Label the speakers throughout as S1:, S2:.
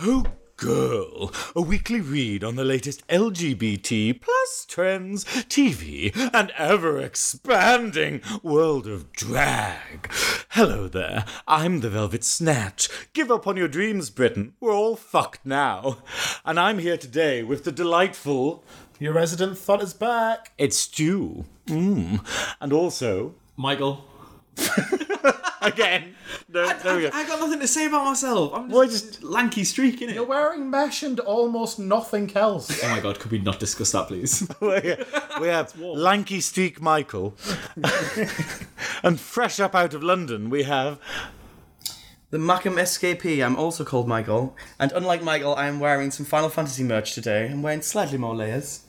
S1: Oh, Girl, a weekly read on the latest LGBT plus trends, TV, and ever expanding world of drag. Hello there, I'm the Velvet Snatch. Give up on your dreams, Britain. We're all fucked now. And I'm here today with the delightful.
S2: Your resident thought is back.
S1: It's Stu. Mmm. And also.
S3: Michael.
S1: Again. No, there we go.
S3: I got nothing to say about myself. I'm just,
S1: Well, just-
S3: lanky streak in it.
S2: You're wearing mesh and almost nothing else.
S3: Oh my god, could we not discuss that, please?
S1: we have lanky streak Michael, and fresh up out of London, we have
S4: The Macam escapee, I'm also called Michael, and unlike Michael, I am wearing some Final Fantasy merch today. I'm wearing slightly more layers.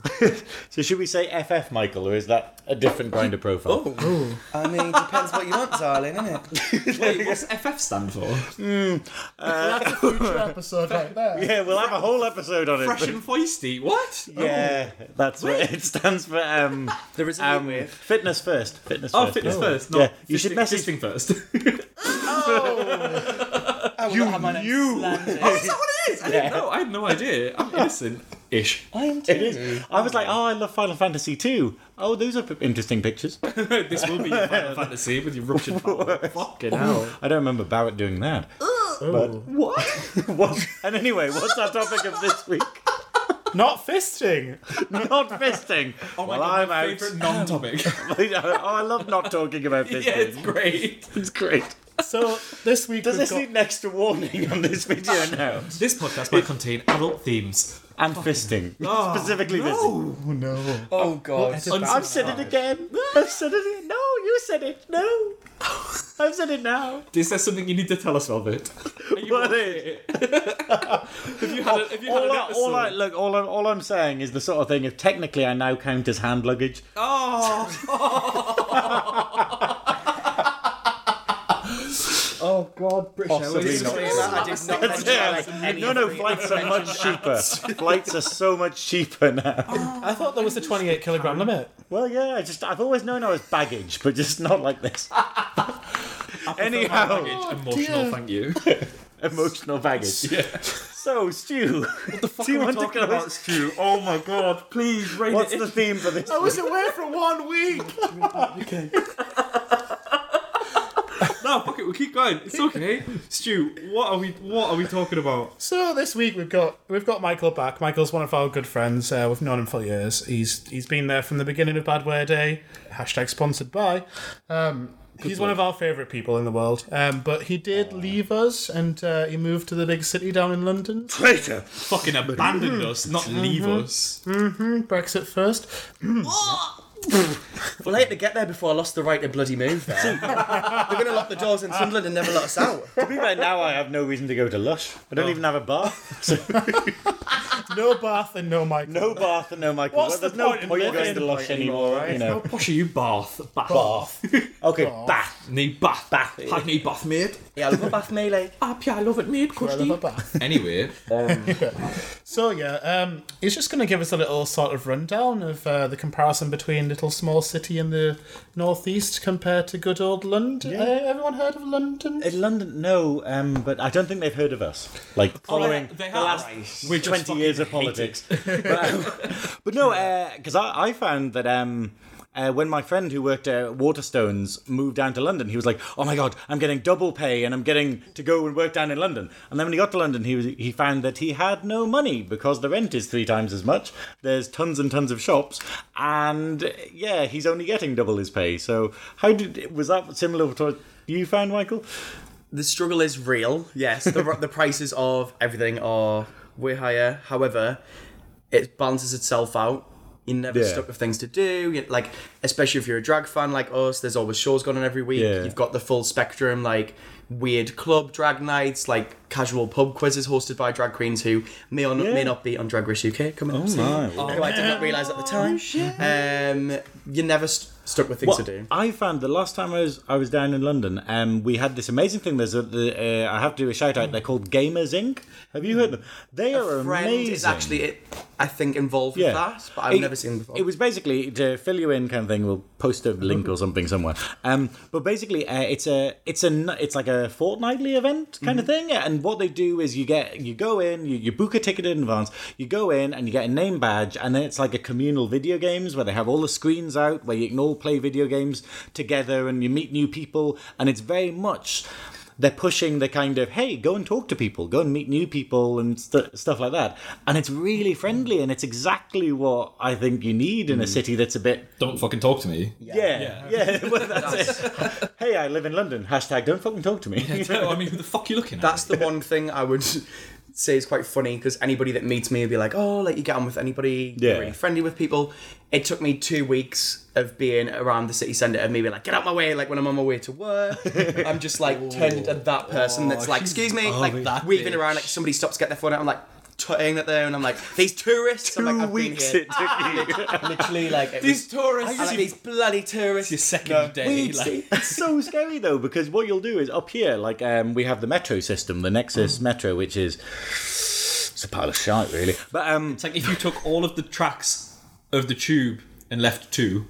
S1: So should we say FF Michael, or is that a different kind of profile?
S3: Oh.
S4: I mean, depends what you want, darling, innit?
S3: Wait, what's FF stand for?
S2: Future episode right there.
S1: Yeah, we'll have a whole episode on
S3: Fresh Oh.
S1: it.
S3: and feisty. What?
S1: but- yeah, that's what it stands for. Um,
S4: There is a
S1: um,
S4: new wave.
S1: fitness first. Fitness
S3: Oh,
S1: first.
S3: fitness
S1: yeah.
S3: first.
S1: yeah, you should
S3: message
S1: message.
S3: first.
S4: I will not have my name
S1: you.
S4: slandered.
S3: what it is? I didn't know. I had no idea. I'm innocent. Ish.
S4: I am
S1: It is. I was like, oh, I love Final Fantasy too. Oh, those are p- interesting pictures.
S3: this will be your Final Fantasy with your ruptured power. Fucking hell.
S1: I don't remember Barrett doing that.
S3: What?
S1: What? And anyway, what's our topic of this week?
S2: Not fisting.
S1: Not fisting.
S3: Oh
S1: well,
S3: my god,
S1: I'm
S3: my
S1: out.
S3: favourite non-topic.
S1: oh, I love not talking about
S3: yeah,
S1: fisting.
S3: it's great.
S1: It's great.
S2: So this week
S1: Does
S2: we've
S1: this
S2: got
S1: need an extra warning on this video now?
S3: This podcast might contain adult themes.
S1: And fisting. Specifically fisting.
S3: Oh,
S4: Oh, God.
S1: I've said it again. I've said it again. No, you said it. No. I've said it now.
S3: is there something you need to tell us, Velvet? Are you
S1: What
S3: okay?
S1: is?
S3: Have you had, a, have you had
S1: All
S3: an
S1: I, all I,
S3: episode?
S1: look, all I'm, all I'm saying is the sort of thing if technically I now count as hand luggage.
S3: Oh,
S2: Oh God, British
S1: Possibly not.
S4: I did not mention I like any
S1: No,
S4: of
S1: no,
S4: the-
S1: flights are much cheaper. flights are so much cheaper now.
S2: I thought there was a 28 kilogram limit.
S1: Well, yeah, I just I've always known I was baggage, but just not like this. Anyhow,
S5: Oh,
S3: emotional, thank you.
S1: emotional baggage. So, Stu, do you want to go?
S3: Stu? Oh my god, please rate
S1: What's the theme for this?
S2: was away for one week.
S3: No, fuck it, we'll keep going. It's okay. Stu, what are we what are we talking about?
S2: So this week we've got we've got Michael back. Michael's one of our good friends. Uh, we've known him for years. He's he's been there from the beginning of Bad Wear Day. Hashtag sponsored by. Um, he's one of our favourite people in the world. Um, but he did leave us, and uh, he moved to the big city down in London.
S1: Traitor.
S3: Fucking abandoned
S5: Mm-hmm.
S3: us, not leave us.
S2: Brexit first.
S4: Well, I had to get there before I lost the right to bloody move there. They're going to lock the doors in Sunderland and never let us out.
S1: To be fair, now I have no reason to go to Lush. I don't even have a bath. So
S2: No bath and no Michael.
S1: no bath and no Michael.
S2: What's
S1: Well, there's
S2: the
S1: no
S2: point in
S1: point going
S2: living?
S1: to Lush anymore, you
S3: How
S1: know.
S3: posh are you, Bath? Bath.
S1: Bath. Okay, bath.
S3: Need bath. Bath. Hackney bath, mate.
S4: Yeah, I'll go bath melee.
S3: Ah, yeah, I love it, mate.
S2: No bath.
S3: Anyway,
S2: So yeah, um, he's just going to give us a little sort of rundown of uh, the comparison between little small city in the northeast compared to good old London. Uh, everyone heard of London?
S1: In London, no, um, but I don't think they've heard of us. Like following
S3: Oh, they
S1: the
S3: have.
S1: last
S3: We're just
S1: 20 years of politics. but, um, but no, because I, I found that um, uh, when my friend who worked at Waterstones moved down to London, he was like, "Oh my god, I'm getting double pay and I'm getting to go and work down in London." And then when he got to London, he was, he found that he had no money because the rent is three times as much. There's tons and tons of shops, and uh, yeah, he's only getting double his pay. So how did was that similar to? what You found Michael?
S4: The struggle is real, yes. The, the prices of everything are way higher. However, it balances itself out. You're never
S1: Yeah.
S4: stuck with things to do. You- Like, especially if you're a drag fan like us, there's always shows going on every week.
S1: Yeah.
S4: You've got the full spectrum, like weird club drag nights, like casual pub quizzes hosted by drag queens who may or not,
S1: Yeah. Oh
S4: may not be on Drag Race UK. Coming up soon.
S1: my Oh,
S4: Who I did not realise at the time. Um, you're never st- stuck with things to do.
S1: I found the last time I was I was down in London, um, we had this amazing thing. There's a, the, uh, I have to do a shout out. They're called Gamers Inc. Have you heard them? They are
S4: friend
S1: amazing.
S4: is actually, I think, involved with that, but I've
S1: It-
S4: never seen them before.
S1: It was basically to fill you in, kind of something. We'll post a link or something somewhere. Um, but basically, uh, it's a it's a n- it's like a fortnightly event kind of
S4: Mm-hmm.
S1: thing. And what they do is you get you go in, you, you book a ticket in advance, you go in and you get a name badge, and then it's like a communal video games where they have all the screens out where you can all play video games together and you meet new people, and it's very much they're pushing the kind of hey go and talk to people go and meet new people and st- stuff like that and it's really friendly and it's exactly what i think you need
S4: Mm.
S1: in a city that's a bit
S5: Don't fucking talk to me.
S1: yeah yeah, well, that's it hey i live in london hashtag don't fucking talk to me
S5: No, I mean, who the fuck you looking at?
S4: That's the one thing I would say is quite funny because anybody that meets me would be like, "Oh, like you get on with
S1: Yeah.
S4: anybody? You're really friendly with people." It took me two weeks of being around the city centre of me being like, "Get out my way!" Like when I'm on my way to work, I'm just like turned into that person that's like, "Excuse me," like
S5: Oh, that
S4: weaving
S5: bitch.
S4: around. Like somebody stops to get their phone out. I'm like. Tutting at them, and I'm like, these tourists. I'm like,
S1: two
S4: "I've been
S1: weeks
S4: here."
S1: it took you
S4: literally like it
S5: These
S4: was,
S5: tourists.
S4: I like, these bloody tourists.
S5: your second day.
S1: It's,
S5: like-
S1: it's so scary though because what you'll do is up here, like um, we have the metro system, the
S4: Mm.
S1: Nexus Metro, which is it's a pile of shite really. But um,
S5: It's like if you took all of the tracks of the tube and left two,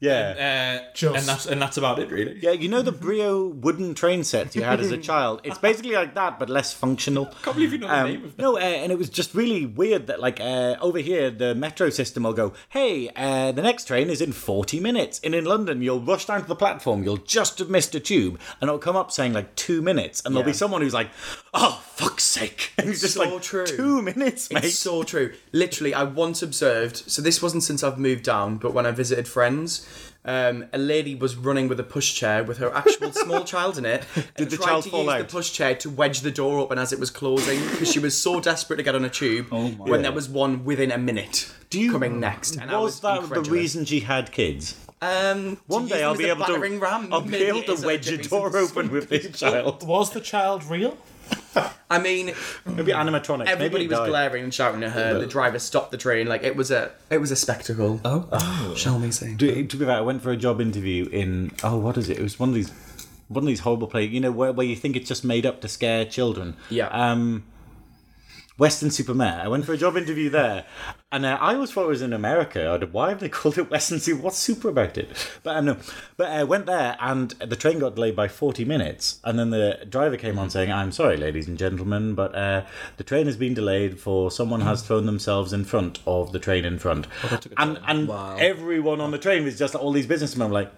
S1: yeah,
S5: uh,
S6: Just-
S5: and that's and that's about it, really.
S1: Yeah, you know the
S4: Mm-hmm.
S1: Brio wooden train sets you had as a child. It's basically like that, but less functional.
S5: can't believe you know the
S3: Um,
S5: name of that.
S1: No, uh, and it was just really weird that like uh, over here the metro system will go, hey, uh, the next train is in forty minutes, and in London you'll rush down to the platform, you'll just have missed a tube, and it'll come up saying like two minutes, and there'll be
S4: Yeah.
S1: someone who's like, oh fuck's sake, and it's just
S4: so
S1: like
S4: true.
S1: two minutes, mate.
S4: It's so true. Literally, I once observed. So this wasn't since I've moved down, but when I visited friends, um, a lady was running with a pushchair with her actual small child in it. Did
S1: the
S4: tried
S1: child
S4: to
S1: fall
S4: use
S1: out?
S4: the pushchair to wedge the door open as it was closing because she was so desperate to get on a tube
S1: Oh
S4: when there was one within a minute coming next. And I
S1: was, that
S4: incredulous.
S1: the reason she had kids?
S4: Um, to
S1: One
S4: use
S1: day
S4: them
S1: I'll
S4: as
S1: be
S4: a
S1: able to.
S4: battering ram.
S1: I'll be
S4: Maybe
S1: able
S4: it
S1: to
S4: is a
S1: wedge a
S4: different
S1: door
S4: reason.
S1: open with this child.
S6: Was the child real?
S4: I mean,
S1: Maybe animatronics.
S4: Hmm.
S1: Maybe
S4: everybody
S1: it
S4: was
S1: died.
S4: glaring and shouting at her. The driver stopped the train. Like it was a, it was a spectacle. Oh, shall we say?
S1: To, to be fair, I went for a job interview in oh, what is it? It was one of these, one of these horrible places. You know where, where you think it's just made up to scare children.
S4: Yeah.
S1: Um, Western Supermare. I went for a job interview there, and uh, I always thought it was in America. I'd, why have they called it Western Super? What's super about it? But um, no. But I went there, and the train got delayed by forty minutes, and then the driver came on saying, "I'm sorry, ladies and gentlemen, but uh, the train has been delayed for someone has thrown themselves in front of the train in front," and and everyone on the train was just like, all these businessmen were like.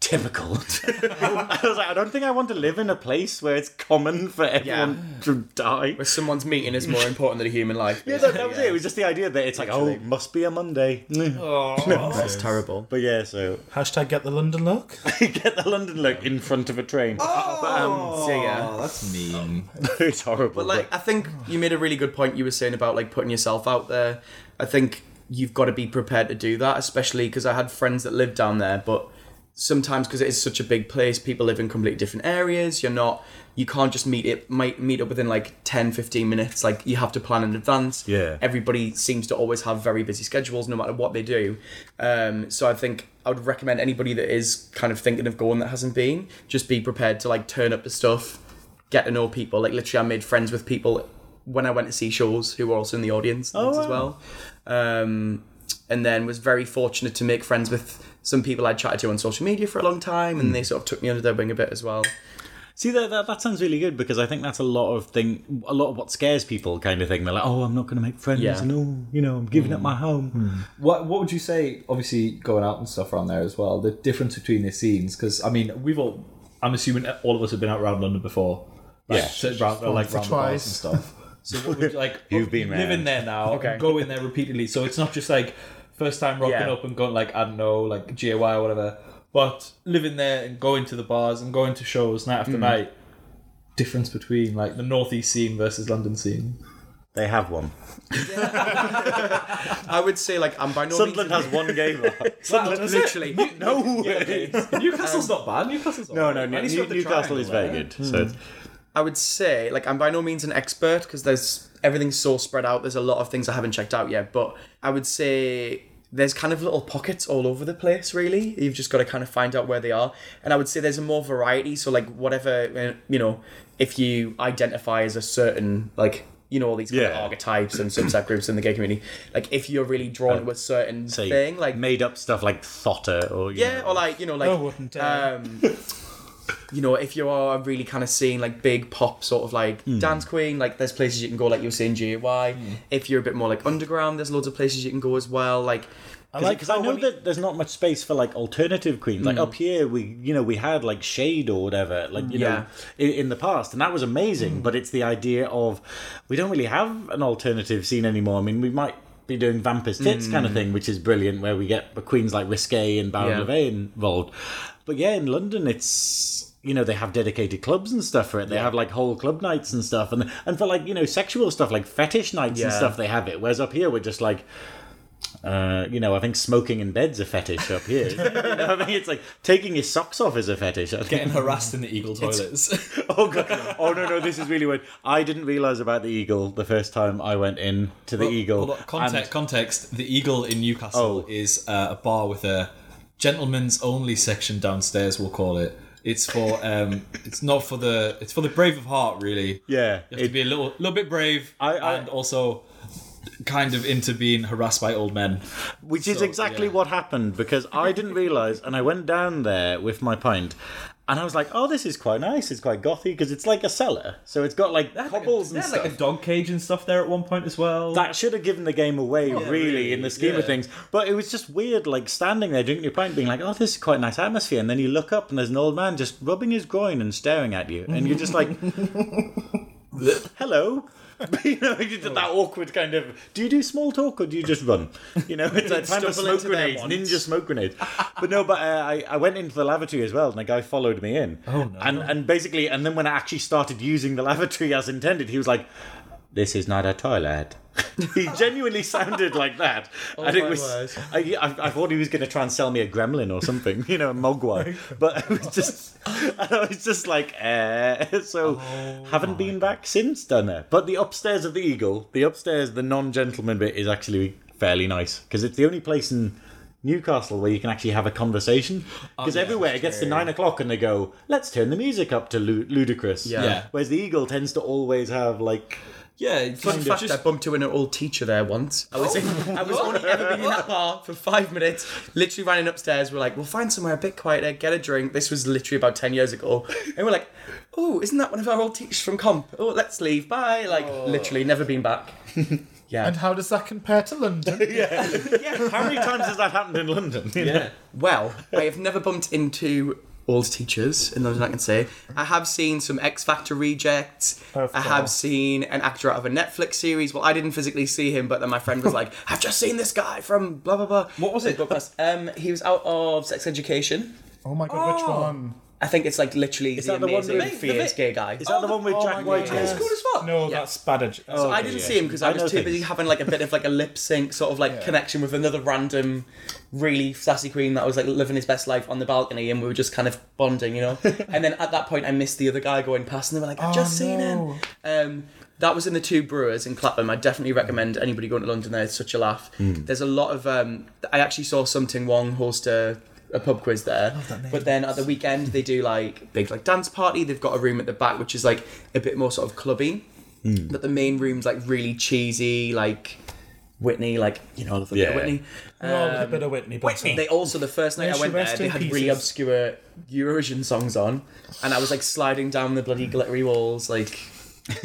S1: Typical. I was like, I don't think I want to live in a place where it's common for everyone to die.
S4: Where someone's meeting is more important than a human life.
S1: Yeah, that, that was it. It was just the idea that it's like, oh, must be a Monday.
S4: Mm. That's terrible.
S1: But yeah, so
S6: Hashtag get the London look.
S1: get the London look in front of a train.
S4: Ah! Um, So yeah.
S5: Oh, that's mean.
S1: it's horrible.
S4: But like, I think you made a really good point. You were saying about like putting yourself out there. I think you've got to be prepared to do that, especially because I had friends that lived down there, but sometimes because it is such a big place, people live in completely different areas. You're not. You can't just meet it. Might meet up within like 10, 15 minutes. Like you have to plan in advance.
S1: Yeah.
S4: Everybody seems to always have very busy schedules, no matter what they do. Um, so I think I would recommend anybody that is kind of thinking of going that hasn't been, just be prepared to like turn up the stuff, get to know people. Like literally, I made friends with people when I went to see shows who were also in the audience
S1: Oh,
S4: and things as well. Um, and then was very fortunate to make friends with some people I chatted to on social media for a long time,
S1: Hmm.
S4: and they sort of took me under their wing a bit as well.
S1: See that, that that sounds really good because I think that's a lot of thing, a lot of what scares people kind of thing. They're like, oh, I'm not going to make friends,
S4: Yeah. Mm.
S1: and oh, you know, I'm giving up my home.
S5: What What would you say? Obviously, going out and stuff around there as well. The difference between the scenes, because I mean, we've all. I'm assuming all of us have been out around London before. Like,
S1: Yeah.
S5: sit round, like
S6: Once or
S5: round the bars and
S6: twice.
S5: stuff. So what would you, like
S1: You've been
S5: living
S1: round.
S5: there now.
S4: Okay.
S5: Go in there repeatedly, so it's not just like first time rocking
S4: Yeah.
S5: up and going like I don't know, like JY or whatever. But living there and going to the bars and going to shows night after night. Difference between like the northeast scene versus London scene.
S1: They have one.
S4: I would say like I'm by no
S1: Sunderland
S4: means
S1: has one gay bar. Sunderland,
S4: literally.
S1: no, way.
S5: Newcastle's not bad. Newcastle's
S1: no, no, no. New, Newcastle is very good. So it's-
S4: Mm. I would say, like, I'm by no means an expert because there's everything's so spread out. There's a lot of things I haven't checked out yet, but I would say there's kind of little pockets all over the place. Really, you've just got to kind of find out where they are. And I would say there's more variety. So like, whatever uh, you know, if you identify as a certain like you know all these kind of
S1: Yeah.
S4: archetypes and subset groups in the gay community. Like if you're really drawn to a certain
S1: Uh, Say,
S4: thing, like
S1: made up stuff like Thotter or you
S4: yeah,
S1: know,
S4: or like you know, like
S6: I wouldn't dare.
S4: um, you know, if you are really kind of seeing like big pop sort of like dance queen, like there's places you can go, like you were saying GAY. If you're a bit more like underground, there's loads of places you can go as well. Like
S1: I like because I know that there's not much space for like alternative queens. Like up here, we you know we had like Shade or whatever, like you
S4: Yeah.
S1: know, in, in the past, and that was amazing. But it's the idea of we don't really have an alternative scene anymore. I mean, we might be doing Vampus Tits kind of thing, which is brilliant, where we get the queens like Risque and Baron
S4: Yeah.
S1: Levay involved. But yeah, in London, it's you know they have dedicated clubs and stuff for it. They have like whole club nights and stuff, and and for like you know sexual stuff like fetish nights and
S4: Yeah.
S1: stuff, they have it. Whereas up here, we're just like. Uh, you know, I think smoking in bed's a fetish up here. you know, I mean, it's like taking your socks off is a fetish. I think.
S3: Getting harassed in the eagle toilets.
S1: Oh god! Oh no, no, this is really weird. I didn't realize about the eagle the first time I went in to the eagle.
S3: Hold on, Context,
S1: and-
S3: context. The Eagle in Newcastle
S1: Oh.
S3: is uh, a bar with a gentlemen's only section downstairs. We'll call it. It's for um, it's not for the it's for the brave of heart really.
S1: yeah,
S3: You have to
S1: it-
S3: be a little little bit brave
S1: I- I-
S3: and also kind of into being harassed by old men.
S1: which is
S3: So,
S1: exactly
S3: yeah.
S1: what happened because I didn't realize, and I went down there with my pint. And I was like, "Oh, this is quite nice. It's quite gothy because it's like a cellar, so it's got like cobbles and
S5: There's
S1: stuff."
S5: like a dog cage and stuff there at one point as well.
S1: that should have given the game away, really,
S3: really,
S1: in the scheme
S3: yeah.
S1: of things. But it was just weird, like standing there drinking your pint, being like, "Oh, this is quite a nice atmosphere," and then you look up and there's an old man just rubbing his groin and staring at you, and you're just like, "Hello." you know, you did that awkward kind of. Do you do small talk or do you just run? You know, it's like time for
S4: Stumble
S1: smoke
S4: into their
S1: grenades,
S4: wants.
S1: ninja smoke grenades. But no, but uh, I, I went into the lavatory as well, and a guy followed me in. Oh no! And and basically, and then when I actually started using the lavatory as intended, he was like, this is not a toilet. he genuinely sounded like that, and it
S4: my
S1: was.
S4: word.
S1: I, I, I thought he was going to try and sell me a gremlin or something, you know, a mogwai. but it was just, and I was just like, eh. So haven't been back since, Dunner. But the upstairs of the Eagle, the upstairs, the non-gentleman bit is actually fairly nice because it's the only place in Newcastle where you can actually have a conversation. Because
S3: yeah,
S1: everywhere it gets to nine o'clock and they go, let's turn the music up to lu- ludicrous.
S4: Yeah.
S3: Yeah.
S1: Whereas the Eagle tends to always have like.
S3: Yeah, it's
S4: fun fact, I
S3: just
S4: bumped into an old teacher there once. I was, I was only ever been in that bar for five minutes. Literally ran in upstairs. We're like, we'll find somewhere a bit quieter, get a drink. This was literally about ten years ago, and we're like, oh, isn't that one of our old teachers from comp? Oh, let's leave. Bye. Like, literally, never been back.
S2: And how does that compare to London?
S1: How many times has that happened in London? You know?
S3: yeah.
S4: Well, I have never bumped into old teachers in London, I can say. I have seen some X Factor rejects.
S6: Of
S4: I have
S6: course.
S4: seen an actor out of a Netflix series. Well, I didn't physically see him, but then my friend was like, I've just seen this guy from blah, blah, blah.
S5: What was it?
S4: Um, he was out of Sex Education.
S2: Oh my god, which one?
S4: I think it's like literally the,
S1: that the one
S4: amazing
S1: with-
S4: fierce
S1: the-
S4: gay guy.
S1: Is
S6: Oh,
S1: that the one with Jack Whitehall?
S4: It's cool as fuck.
S6: No,
S4: Yeah.
S6: that's bad. edu-
S1: Oh.
S4: I didn't
S1: yeah.
S4: see him because I
S1: I
S4: was
S1: know
S4: too busy
S1: things.
S4: having like a bit of like a lip sync sort of like connection with another random, really sassy queen that was like living his best life on the balcony, and we were just kind of bonding, you know. and then at that point, I missed the other guy going past, and they were like, "I've
S1: Oh,
S2: Oh,
S4: just seen him." Um, that was in the two brewers in Clapham. I definitely recommend anybody going to London there. It's such a laugh. There's a lot of. Um, I actually saw Something Wong host a, a pub quiz there. But then at the weekend they do like big like dance party. They've got a room at the back which is like a bit more sort of clubby. But the main room's like really cheesy, like Whitney, like you know, I love a bit of
S1: Yeah.
S4: Whitney.
S6: Oh, a bit of Whitney. Whitney.
S4: Um, They also the first night
S6: May
S4: I
S6: she
S4: went there,
S6: rest
S4: they
S6: in
S4: had really
S6: pieces.
S4: obscure Eurovision songs on, and I was like sliding down the bloody glittery walls, like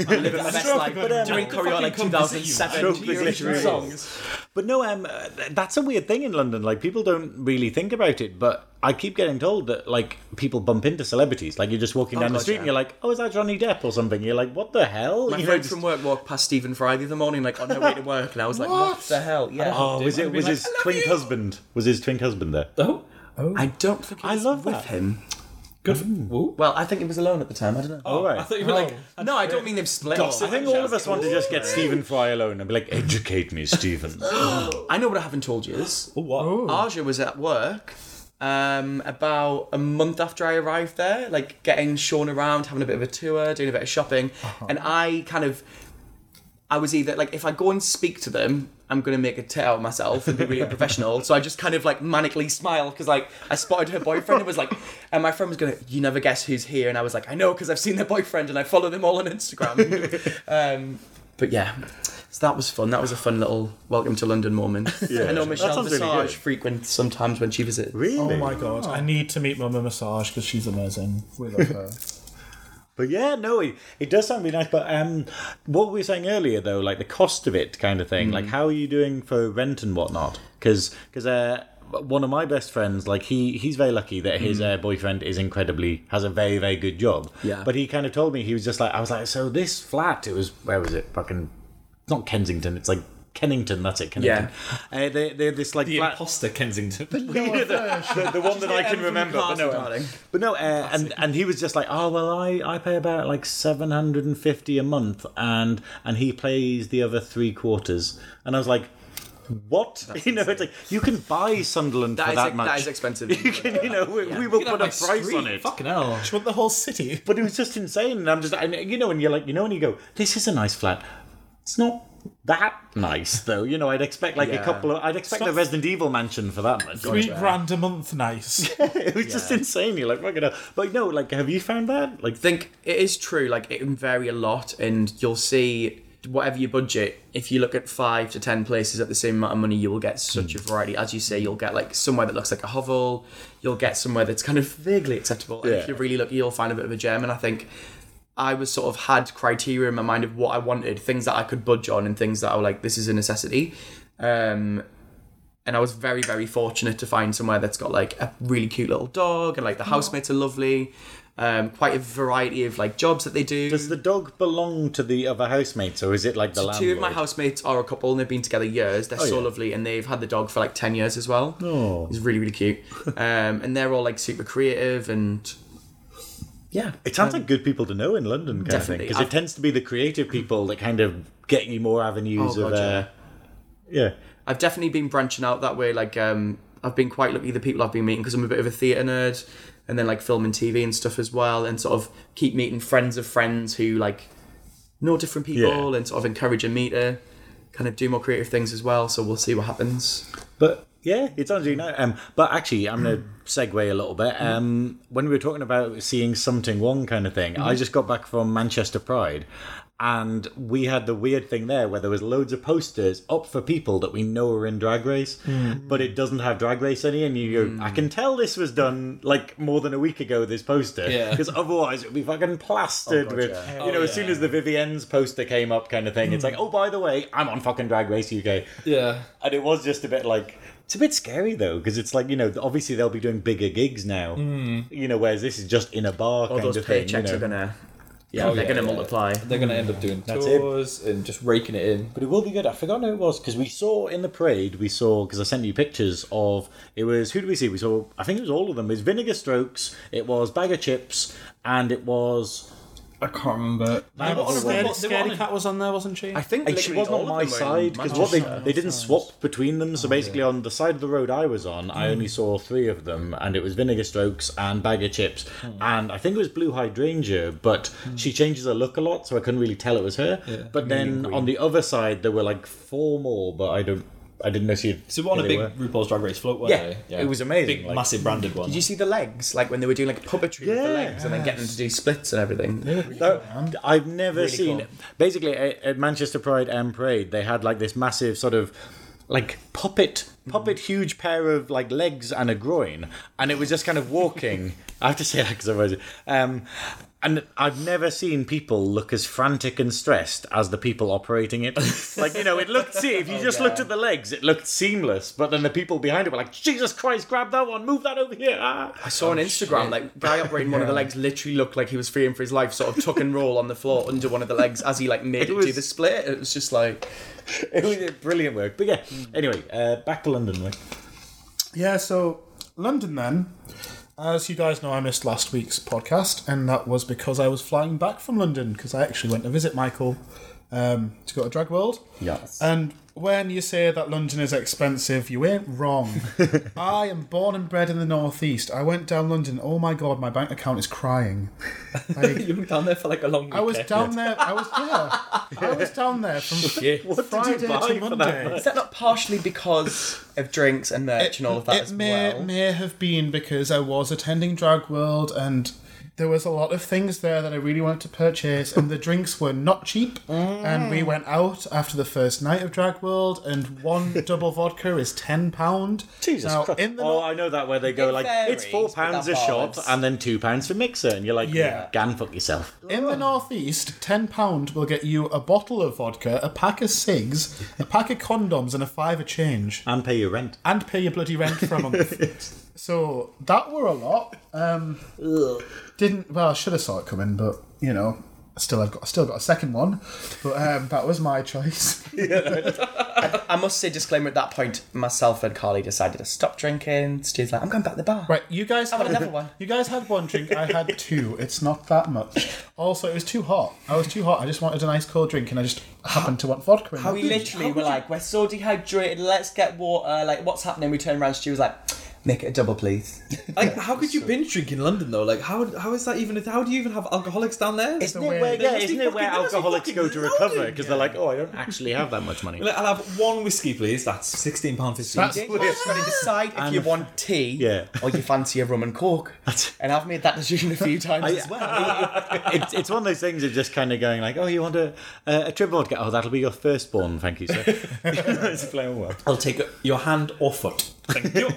S4: I'm living my best
S6: Sure,
S4: life,
S6: but, um,
S4: doing choreo like
S3: come visit you.
S4: 2007
S1: Sure, the glittery
S4: Eurovision songs.
S1: But no, um, uh, th- that's a weird thing in London. Like people don't really think about it, but I keep getting told that like people bump into celebrities. Like you're just walking down the
S4: God,
S1: street and
S4: yeah.
S1: you're like, oh, is that Johnny Depp or something? You're like, what the hell?
S4: My
S1: You know,
S4: friend
S1: just-
S4: from work walked past Stephen Fry the other morning, like on her way to work, and I was like, "What, the hell?" Yeah,
S1: oh, was it was his twin husband? Was his twin husband there?
S5: Oh,
S4: I don't think I
S1: love
S4: with
S1: that.
S4: him.
S5: good. Ooh.
S4: Well, I think it was alone at the time. I don't know.
S1: All right.
S5: I thought you were like
S4: no, I don't mean they've split. up.
S1: I think all of us want to just get Stephen Fry alone and be like, educate me, Stephen.
S4: I know what I haven't told you is.
S5: what?
S2: Oh,
S4: Arja was at work um, about a month after I arrived there, like getting shown around, having a bit of a tour, doing a bit of shopping, and I kind of. I was either like, if I go and speak to them, I'm gonna make a tit out of myself and be really professional. So I just kind of like manically smile because like I spotted her boyfriend and was like, and my friend was going, to you never guess who's here, and I was like, I know because I've seen their boyfriend and I follow them all on Instagram. um, But yeah, so that was fun. That was a fun little welcome to London moment.
S1: Yeah.
S4: I know
S1: That
S4: Michelle
S1: sounds really
S4: Visage
S1: good.
S4: frequents sometimes when she visits.
S1: Really?
S6: Oh my god, I need to meet Mama Massage because she's amazing. We love her.
S1: But yeah, no, it, it does sound really nice. But um, what we were saying earlier, though, like the cost of it kind of thing, like how are you doing for rent and whatnot? Because uh, one of my best friends, like he he's very lucky that his uh, boyfriend is incredibly has a very very good job.
S4: Yeah.
S1: But he kind of told me he was just like I was like so this flat it was where was it fucking it's not Kensington it's like Kennington that's it Kennington. Uh, they they this like
S3: The
S1: flat.
S3: imposter Kensington.
S1: Yeah,
S4: Oh,
S1: the, the, the one that I can remember. But no, um,
S4: darling.
S1: but no, uh, and and he was just like, oh well, I, I pay about like seven hundred and fifty a month, and and he plays the other three quarters, and I was like, what? you know, it's like you can buy Sunderland
S4: That
S1: for
S4: is,
S1: that much.
S4: that is expensive.
S1: you can, you know, we, we will put a price on it.
S3: Fucking hell.
S6: she won the whole city.
S1: But it was just insane, and I'm just, and, you know, and you're like, you know, and you go, this is a nice flat. It's not that nice though. You know, I'd expect like a
S4: Yeah.
S1: couple of, I'd expect a Resident Evil mansion for that much.
S6: Three grand a month, nice.
S1: It was just insane. You're like, fucking hell. But no, like, have you found that? Like,
S4: think it is true. Like it can vary a lot, and you'll see whatever your budget. If you look at five to ten places at the same amount of money, you will get such a variety. As you say, you'll get like somewhere that looks like a hovel. You'll get somewhere that's kind of vaguely acceptable. And
S1: Yeah.
S4: if you're really lucky, you'll find a bit of a gem. And I think I was sort of had criteria in my mind of what I wanted, things that I could budge on, and things that I were like, this is a necessity. Um, and I was very, very fortunate to find somewhere that's got like a really cute little dog, and like
S1: Hmm.
S4: the housemates are lovely. Um, quite a variety of like jobs that they do.
S1: does the dog belong to the other housemates, or is it like the
S4: So
S1: landlord? Oh,
S4: Two of my housemates are a couple and they've been together years. They're so
S1: yeah.
S4: lovely and they've had the dog for like 10 years as well. Oh. It's really, really cute. um, and they're all like super creative and yeah.
S1: It sounds like good people to know in London, kind
S4: Definitely.
S1: of thing, because it
S4: I've-
S1: tends to be the creative people that kind of get you more avenues
S4: Oh,
S1: of,
S4: God,
S1: uh, yeah.
S4: I've definitely been branching out that way. Like, um, I've been quite lucky the people I've been meeting because I'm a bit of a theatre nerd, and then like film and TV and stuff as well, and sort of keep meeting friends of friends who like know different people
S1: Yeah.
S4: and sort of encouraging me to kind of do more creative things as well. So we'll see what happens.
S1: But yeah, it sounds really nice. Um, but actually, I'm going to segue a little bit. Um, when we were talking about seeing something wrong kind of thing, I just got back from Manchester Pride. And we had the weird thing there where there was loads of posters up for people that we know are in Drag Race, but it doesn't have Drag Race any. And you, go, I can tell this was done like more than a week ago. This poster,
S3: Yeah.
S1: because otherwise it'd be fucking plastered with, you know, as soon as the Vivienne's poster came up, kind of thing. It's like, oh, by the way, I'm on fucking Drag Race UK
S3: Yeah.
S1: and it was just a bit like it's a bit scary though because it's like you know obviously they'll be doing bigger gigs now you know whereas this is just in a bar
S4: Hmm. All
S1: kind
S4: those
S1: of thing
S4: paychecks
S1: you know. Oh,
S4: are gonna, yeah, they're
S3: Oh, yeah,
S4: gonna
S3: yeah.
S4: multiply.
S3: They're going to end up doing
S1: That's it.
S3: tours and just raking it in.
S1: but it will be good i forgot who it was because we saw in the parade we saw because i sent you pictures of it was who did we see we saw i think it was all of them it was vinegar strokes it was bag of chips and it was
S3: I can't remember.
S1: That was the one.
S6: Scaredy Cat was on there, wasn't she?
S4: I think
S1: And she
S4: literally
S1: wasn't
S4: all
S1: on
S4: of
S1: my
S4: them were
S1: side
S4: in
S1: because what they
S4: Manchester.
S1: they didn't swap between them.
S4: Oh,
S1: So basically, on the side of the road I was on, I
S4: Hmm.
S1: only saw three of them, and it was Vinegar Strokes and Bag of Chips,
S4: Hmm.
S1: and I think it was Blue Hydrangea. But she changes her look a lot, so I couldn't really tell it was her. But then on the other side, there were like four more, but I don't. I didn't know she.
S3: So we're on
S1: who
S3: a
S1: they
S3: big
S1: were.
S3: RuPaul's Drag Race float, weren't
S4: Yeah,
S3: they?
S1: it was amazing,
S3: Big,
S1: like-
S3: massive branded one.
S4: Did you see the legs? Like when they were doing like puppetry with the
S1: Yeah.
S4: legs and then getting them to do splits and everything.
S1: No, I've never
S4: Really
S1: seen
S4: cool.
S1: it. Basically, at, at Manchester Pride and Parade, they had like this massive sort of like puppet, puppet huge pair of like legs and a groin, and it was just kind of walking. I have to say that because otherwise, um, and I've never seen people look as frantic and stressed as the people operating it. like you know, it looked see if you just looked at the legs, it looked seamless, but then the people behind it were like, Jesus Christ, grab that one, move that over here. Ah.
S4: I saw on Instagram like guy operating one of the legs literally looked like he was freeing for his life, sort of tuck and roll on the floor under one of the legs as he like made it, do
S1: was-
S4: the split. It was just like
S1: It was brilliant work, but yeah. Anyway, uh, back to London. Like.
S6: Yeah, so London then. As you guys know, I missed last week's podcast, and that was because I was flying back from London because I actually went to visit Michael um, to go to Drag World.
S1: Yes.
S6: And when you say that London is expensive, you ain't wrong. I am born and bred in the northeast. I went down London. Oh my god, my bank account is crying. Like,
S3: you were down there for like a long
S6: I was down there. I was yeah. I was down there from Friday
S1: buy for
S6: to
S1: that
S6: Monday.
S4: is that not partially because of drinks and merch and all of that
S6: it
S4: as
S6: may,
S4: well?
S6: may have been because I was attending Drag World and
S2: there was a lot of things there that I really wanted to purchase, and the drinks were not cheap. And
S4: Mm.
S2: we went out after the first night of Drag World, and one double vodka is ten pound.
S1: Jesus
S2: now,
S1: Christ.
S2: In the
S1: oh, I know that where they go like it's
S4: varies,
S1: four
S4: but
S1: pounds a
S4: that
S1: shot
S4: varies.
S1: and then two pounds for mixer, and you're like,
S2: Yeah.
S1: yeah, gan fuck yourself.
S4: Oh,
S2: In the northeast, ten pound will get you a bottle of vodka, a pack of cigs, a pack of condoms, and a fiver change,
S1: And pay your rent.
S2: and pay your bloody rent for a month. so that were a lot. Um, didn't well, I should have saw it coming, but you know, I still I've got I still got a second one, but um, that was my choice.
S4: I must say, disclaimer at that point, myself and Carly decided to stop drinking. Stu's like, I'm going back to the bar.
S2: Right, you guys
S4: How
S2: had
S4: about another one?
S2: You guys had one drink. I had two. It's not that much. Also, it was too hot. I was too hot. I just wanted an ice cold drink, and I just happened to want vodka. In
S4: How
S2: it.
S4: we literally were like, we're so dehydrated, let's get water. Like, what's happening? We turned around, Stu was like, make it a double, please.
S3: Like, how could you binge drink in London though? Like, how how is that even? How do you even have alcoholics down there?
S1: Isn't it where, yeah, isn't it where alcoholics go to recover? Because they're like, oh, I don't actually have that much money.
S3: Like, I'll have one whiskey, please. That's sixteen pound fifty.
S4: You just got to decide if you want tea
S1: Yeah.
S4: or you fancy a rum and coke. and I've made that decision a few times as well.
S1: it's, it's one of those things of just kind of going like, oh, you want a, a, a triple vodka? Oh, that'll be your firstborn, thank you, sir. it's a flame well.
S3: I'll take your hand or foot. Thank you.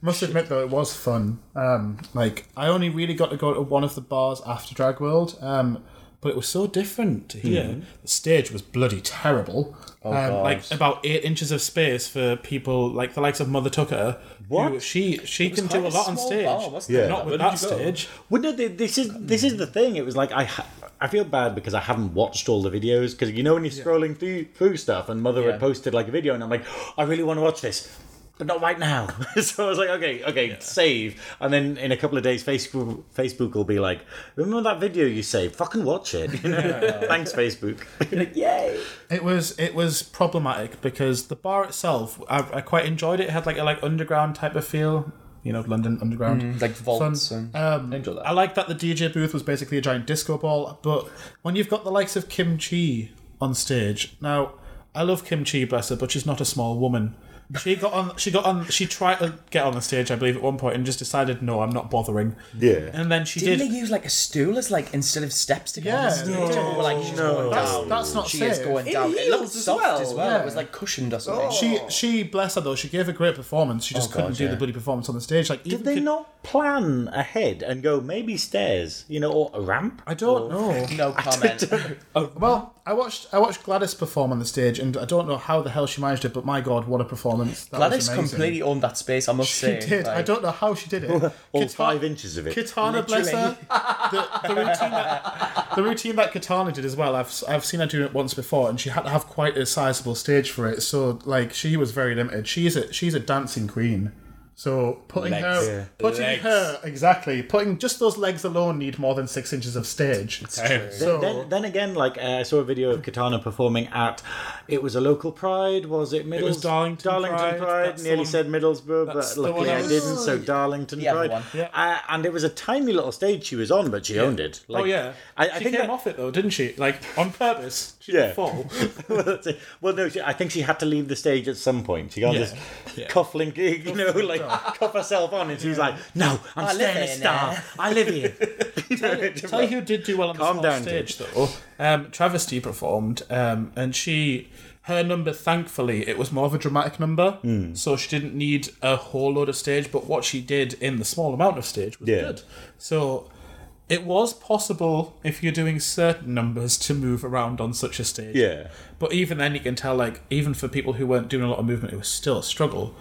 S2: Must admit though, it was fun. Um, like I only really got to go to one of the bars after Drag World, um, but it was so different to here. The stage was bloody terrible.
S6: Um, like about eight inches of space for people like the likes of Mother Tucker. What she she can do a
S4: quite a
S6: lot on
S4: small
S6: stage.
S4: bar, wasn't it?
S1: Yeah.
S6: Not with
S3: Where
S6: that
S3: did you go?
S6: stage.
S1: Well, no, th- this is this is the thing. It was like I ha- I feel bad because I haven't watched all the videos because you know when you're scrolling through through stuff and mother had posted like a video and I'm like, I really want to watch this. But not right now. so I was like, okay, okay, save. And then in a couple of days, Facebook Facebook will be like, remember that video you saved? Fucking watch it. You know? Thanks, Facebook.
S2: It was it was problematic because the bar itself, I, I quite enjoyed it. It had like a like underground type of feel, you know, London underground.
S4: Like vaults.
S2: Fun. Um,
S4: And...
S3: Enjoy that.
S2: I like that the DJ booth was basically a giant disco ball, but when you've got the likes of Kim Chi on stage, now I love Kim Chi, bless her, but she's not a small woman. She got on. She got on. She tried to get on the stage, I believe, at one point, and just decided, no, I'm not bothering.
S1: Yeah.
S2: And then she
S4: Didn't
S2: did.
S4: they use like a stool as like instead of steps to go on
S2: Yeah.
S4: the stage? And we were like, she's going
S2: that's,
S4: down.
S2: that's not
S4: She
S2: safe.
S4: is going down. It
S3: heels
S4: looked
S3: as
S4: soft
S3: well,
S4: as well.
S2: yeah. Oh.
S4: It was like cushioned or something.
S2: She, she, bless her though. She gave a great performance. She just
S4: Oh, God,
S2: couldn't do
S4: yeah.
S2: the bloody performance on the stage. Like, even
S1: Did they
S2: Kim-
S1: not plan ahead and go maybe stairs, you know, or a ramp?
S2: I don't know.
S4: No comment.
S2: Well, I watched I watched Gladys perform on the stage, and I don't know how the hell she managed it, but my God, what a performance! That was
S4: Gladys
S2: amazing.
S4: completely owned that space, I must
S2: She
S4: say.
S2: did. I
S4: Like,
S2: don't know how she did it.
S1: All
S2: Kita-
S1: five inches of it.
S2: Katana, bless her. The, the routine that the routine that Katana did as well. I've I've seen her do it once before, and she had to have quite a sizable stage for it. So like she was very limited. She's a she's a dancing queen. So putting
S4: Legs.
S2: her putting her exactly putting just those legs alone need more than six inches of stage. So
S1: Then, then again, like uh, I saw a video of Katana performing at, it was a local pride, was it Middles?
S6: was Darlington Pride,
S1: Darlington
S6: that's the
S1: nearly
S6: one-
S1: said Middlesbrough,
S6: that's
S1: but
S6: the one
S1: luckily
S6: I
S1: I
S6: was-
S1: didn't. So Darlington
S4: The other
S1: Pride,
S4: one.
S1: uh, and it was a tiny little stage she was on, but she owned it. Like,
S6: oh yeah.
S1: I, I
S6: she
S1: think
S6: came
S1: that,
S6: off it though, didn't she? Like on purpose. She
S1: Yeah.
S6: didn't fall.
S1: well, that's it. Well, no, she, I think she had to leave the stage at some point. She got this cufflink, you know, like cuff herself on, and she was like, "No, I'm
S4: I live
S1: staying a
S4: here
S1: star.
S4: now."
S1: I live here."
S6: Tell you who did do well on the
S1: Calm
S6: small
S1: down,
S6: stage though. Um, Travesty performed, um, and she her number thankfully it was more of a dramatic number,
S1: Hmm.
S6: so she didn't need a whole load of stage. But what she did in the small amount of stage was
S1: Yeah.
S6: good. So. It was possible if you're doing certain numbers to move around on such a stage.
S1: Yeah.
S6: But even then, you can tell, like, even for people who weren't doing a lot of movement, it was still a struggle,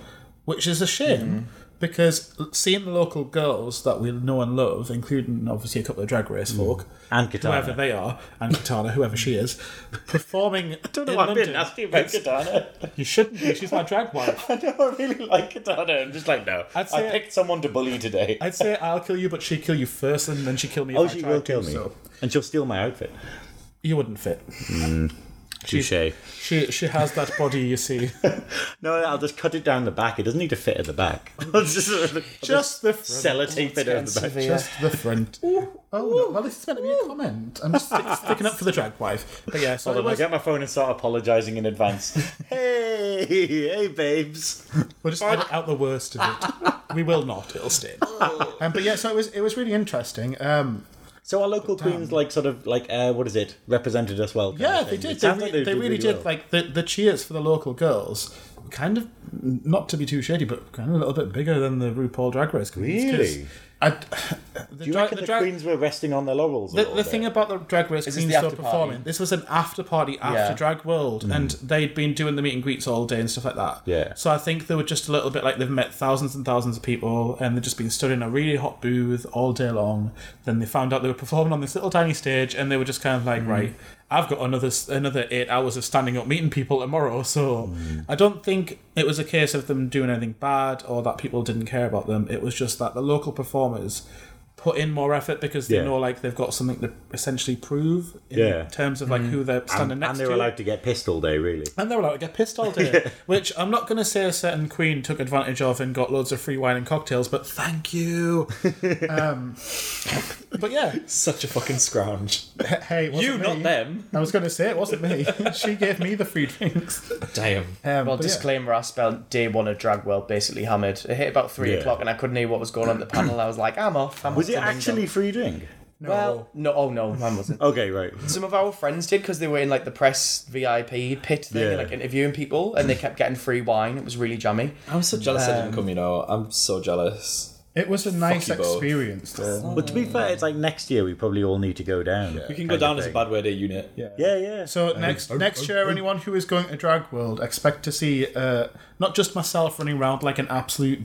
S6: which is a
S1: Mm.
S6: shame because seeing the local girls that we know and love, including obviously a couple of drag race folk,
S1: Mm. And Katana.
S6: whoever they are, and Katana, whoever she is, performing. I
S1: don't know why I've been nasty about Katana.
S6: You shouldn't be. She's my drag wife.
S1: I don't really like Katana. I'm just like, no.
S6: I'd
S1: I
S6: say-
S1: picked someone to bully today.
S6: I'd say I'll kill you, but she kill you first, and then she kill me.
S1: oh,
S6: if I
S1: she
S6: tried
S1: will kill
S6: to,
S1: me.
S6: so
S1: And she'll steal my outfit.
S6: You wouldn't fit.
S1: Touche.
S6: She she has that body, you see.
S1: No, I'll just cut it down the back. It doesn't need to fit at the back. I'll just, I'll
S6: Just the front.
S1: sellotape it over the back.
S4: Severe.
S2: just the front. oh no! Well, this is meant to be a comment. I'm just
S6: Sticking up for the drag wife. But yeah, so
S1: Hold
S6: it
S1: on, I'll
S6: was,
S1: get my phone and start apologising in advance. hey, hey, babes.
S6: we'll just edit out the worst of it.
S2: we will not. It'll stay.
S4: Oh.
S2: um, but yeah, so it was it was really interesting. Um,
S1: So our local queens, like sort of like uh, what is it, represented us well. kind
S2: yeah,
S1: of
S2: they
S1: thing.
S2: did.
S1: It
S2: They,
S1: sounds
S2: re-
S1: like
S2: they, really, did.
S1: well.
S2: Like the the cheers for the local girls, kind of not to be too shady, but kind of a little bit bigger than the RuPaul Drag Race. Queens, 'cause
S1: Really?
S2: I, the
S1: Do you
S2: dra-
S1: reckon the,
S2: drag-
S1: queens were resting on their laurels? a
S2: The,
S1: little
S2: the
S1: bit?
S2: thing about the drag race
S4: this
S2: queens
S4: the
S2: still
S4: after party?
S2: performing. This was an after party after
S4: Yeah.
S2: Drag World, and they'd been doing the meet and greets all day and stuff like that.
S1: Mm. Yeah.
S2: So I think they were just a little bit like they've met thousands and thousands of people, and they've just been stood in a really hot booth all day long. Then they found out they were performing on this little tiny stage, and they were just kind of
S1: Mm.
S2: like, right, I've got another s- another eight hours of standing up meeting people tomorrow. So
S1: Mm.
S2: I don't think it was a case of them doing anything bad or that people didn't care about them. It was just that the local performers put in more effort because they
S1: Yeah.
S2: know like they've got something to essentially prove in
S1: Yeah.
S2: terms of like who they're standing
S1: and,
S2: next
S1: and they
S2: to.
S1: were allowed to get pissed all day, really.
S2: and they were allowed to get pissed all day, which I'm not going to say a certain queen took advantage of and got loads of free wine and cocktails, but thank you. um, but yeah,
S3: Such a fucking scrounge.
S2: hey, wasn't
S5: You, not
S2: me.
S5: them.
S2: I was going to say it wasn't me. she gave me the free drinks.
S3: Damn.
S2: Um,
S4: Well,
S2: but yeah.
S4: disclaimer: I spent day one of drag world basically hammered. It hit about three
S1: Yeah.
S4: o'clock, and I couldn't hear what was going on at the panel. I was like, "I'm off." I'm
S1: Was it
S4: off to Bingo.
S1: actually free drink?
S4: Well, no. Oh no, mine wasn't.
S1: Okay, right.
S4: Some of our friends did because they were in like the press VIP pit thing,
S1: Yeah.
S4: like interviewing people, and they kept getting free wine. It was really jammy.
S3: I'm so jealous I didn't come, you know. I'm so jealous.
S2: It was a nice
S3: you both.
S2: experience, though.
S1: But to be fair, it's like next year we probably all need to go down.
S3: We can go down as a bad way day unit. Yeah.
S1: Yeah, yeah.
S2: So next
S3: oh,
S2: next year, anyone who is going to Drag World expect to see uh, not just myself running around like an absolute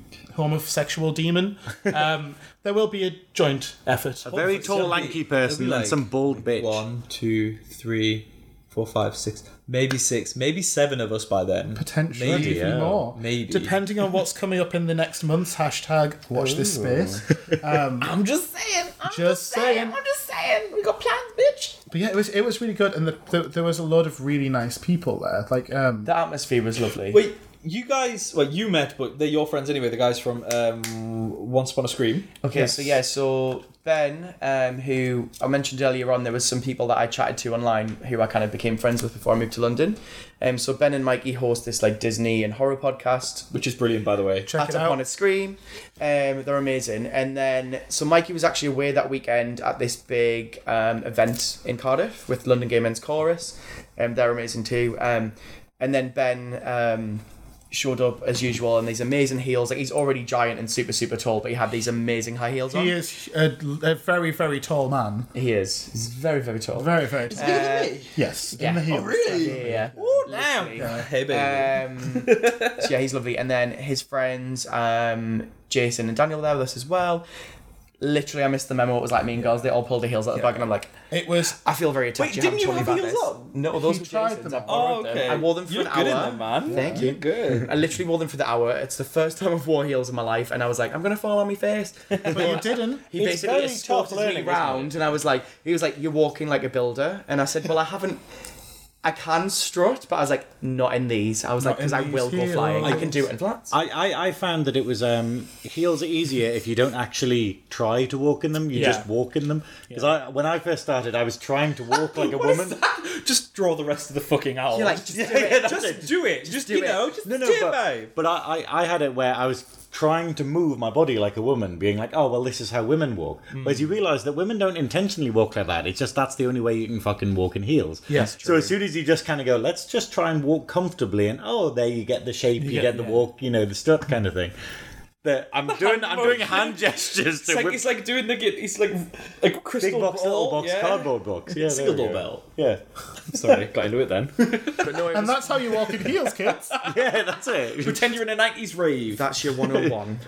S2: homosexual demon. Um, there will be a joint effort.
S1: a very tall, lanky person
S3: like
S1: and some bald bitch.
S3: One, two, three, four, five, six, maybe six, maybe seven of us by then.
S2: Potentially
S3: Maybe,
S2: even
S1: yeah.
S2: more,
S3: Maybe.
S2: depending on what's coming up in the next month's hashtag. Watch this space. Um,
S7: I'm just saying. I'm just,
S2: saying.
S7: saying. I'm just saying. We got plans, bitch.
S2: But yeah, it was it was really good, and the, the, there was a lot of really nice people there. Like um,
S4: The atmosphere was lovely.
S3: Wait, you guys, well, you met, but they're your friends anyway, the guys from um, Once Upon a Scream.
S4: Okay, so yeah, so Ben, um, who I mentioned earlier on, there was some people that I chatted to online who I kind of became friends with before I moved to London. Um, so Ben and Mikey host this like Disney and horror podcast.
S3: Which is brilliant, by the way.
S2: check it
S4: At Upon
S2: out.
S4: a Scream. Um, they're amazing. And then, so Mikey was actually away that weekend at this big um, event in Cardiff with London Gay Men's Chorus. Um, they're amazing too. Um, and then Ben um, showed up as usual in these amazing heels. Like he's already giant and super, super tall, but he had these amazing high heels on.
S2: He is a, a very very tall man.
S4: He is. He's very, very tall.
S2: Very very tall. yes, in the heels.
S7: Oh,
S4: Oh, really? Yeah. Ooh, now.
S3: Oh, Hey, baby.
S4: Um, so yeah, he's lovely. And then his friends, um, Jason and Daniel, were there with us as well. Literally, I missed the memo. It was like Mean Girls. They all pulled their heels out the bag, and I'm like,
S2: It was
S4: I feel very
S3: Wait,
S4: attached. to
S3: didn't you
S4: having
S3: have
S4: told about
S3: heels
S4: this.
S3: on?
S4: No, those
S2: He
S4: were
S2: tried
S4: Jason's.
S2: them
S4: I
S2: on.
S4: borrowed them. Oh, I wore them for
S3: Oh, You're
S4: an
S3: good in
S4: hour.
S3: them, man.
S4: Thank
S3: You're
S4: you.
S3: good.
S4: I literally wore them for the hour. It's the first time I've worn heels in my life, and I was like, I'm gonna fall on my face.
S2: but you didn't.
S4: He
S1: It's
S4: basically
S1: very tough
S4: escorted
S1: learning,
S4: me
S1: isn't it?
S4: round, and I was like, he was like, "You're walking like a builder," and I said, "Well, I haven't." I can strut, but I was like, not in these. I was like,
S2: in
S4: because I will
S2: these
S4: go flying. I
S2: heels.
S4: can do it in flats.
S1: I, I, I found that it was um, heels are easier if you don't actually try to walk in them. You just walk in them. Because I when I first started, I was trying to walk like a woman.
S5: Just draw the rest of the fucking owl.
S4: You're like, just do
S5: Yeah,
S4: it.
S5: just do it. Just,
S4: do
S5: you
S4: it.
S5: know, just
S1: No, no,
S5: do it, babe.
S1: but, but I, I, I had it where I was trying to move my body like a woman, being like, oh well, this is how women walk. Whereas you realise that women don't intentionally walk like that. It's just that's the only way you can fucking walk in heels.
S2: Yes.
S1: So as soon as you just kind of go, let's just try and walk comfortably, and oh, there you get the shape, you, get the walk, you know, the strut kind of thing. That I'm doing, I'm doing hand gestures to
S5: It's like,
S1: women.
S5: it's like doing the it's like like crystal
S1: Big box,
S5: ball,
S1: little box,
S5: yeah.
S1: cardboard box. Yeah,
S3: Single
S1: there we go.
S3: doorbell.
S1: Yeah,
S3: Sorry, got into it then.
S2: And that's how you walk in heels, kids.
S1: yeah, that's it.
S5: Pretend you're in a nineties rave.
S4: That's your 101.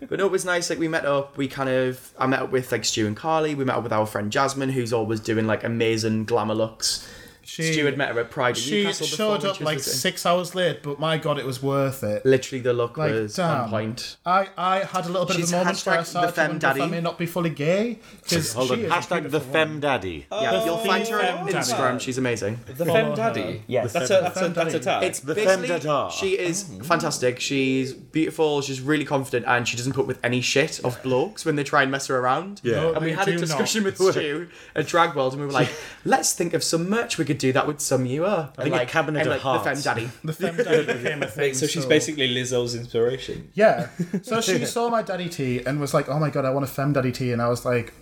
S4: but no, it was nice. Like, we met up. We kind of, I met up with like Stu and Carly. We met up with our friend Jasmine, who's always doing like amazing glamour looks.
S2: She,
S4: Stu had met her at Pride in
S2: she
S4: Newcastle. before,
S2: showed
S4: when
S2: up
S4: she was
S2: like
S4: visiting.
S2: six hours late, but my god, it was worth it.
S4: Literally, the look
S2: Like,
S4: was
S2: damn.
S4: on point.
S2: I, I had a little bit
S4: She's
S2: of a moment where I
S4: hashtag
S2: started
S4: the
S2: to
S4: femme
S2: wonder if I
S4: daddy.
S2: may not be fully gay. 'cause
S1: Hold on.
S2: she is a
S1: Hashtag the
S2: beautiful
S1: fem daddy.
S4: Yeah, you'll find her on
S2: femme daddy.
S4: Instagram. She's amazing.
S3: The Femme Daddy.
S4: Yes.
S3: That's a, that's a, that's a tag.
S4: It's
S1: The
S4: basically-
S1: femme dada.
S4: She is fantastic. She's beautiful. She's really confident, and she doesn't put with any shit of blokes when they try and mess her around.
S1: Yeah. No,
S4: and we
S2: they
S4: had a
S2: do
S4: discussion with Stu at Drag World, and we were like, "Let's think of some merch we could could do that with some you are. I
S1: think a cabinet
S4: and
S1: of
S4: like
S1: hearts.
S4: the femme daddy.
S2: The femme daddy became a thing.
S5: So she's basically Lizzo's inspiration.
S2: Yeah. So she saw my daddy tea and was like, oh my god, I want a femme daddy tea. And I was like,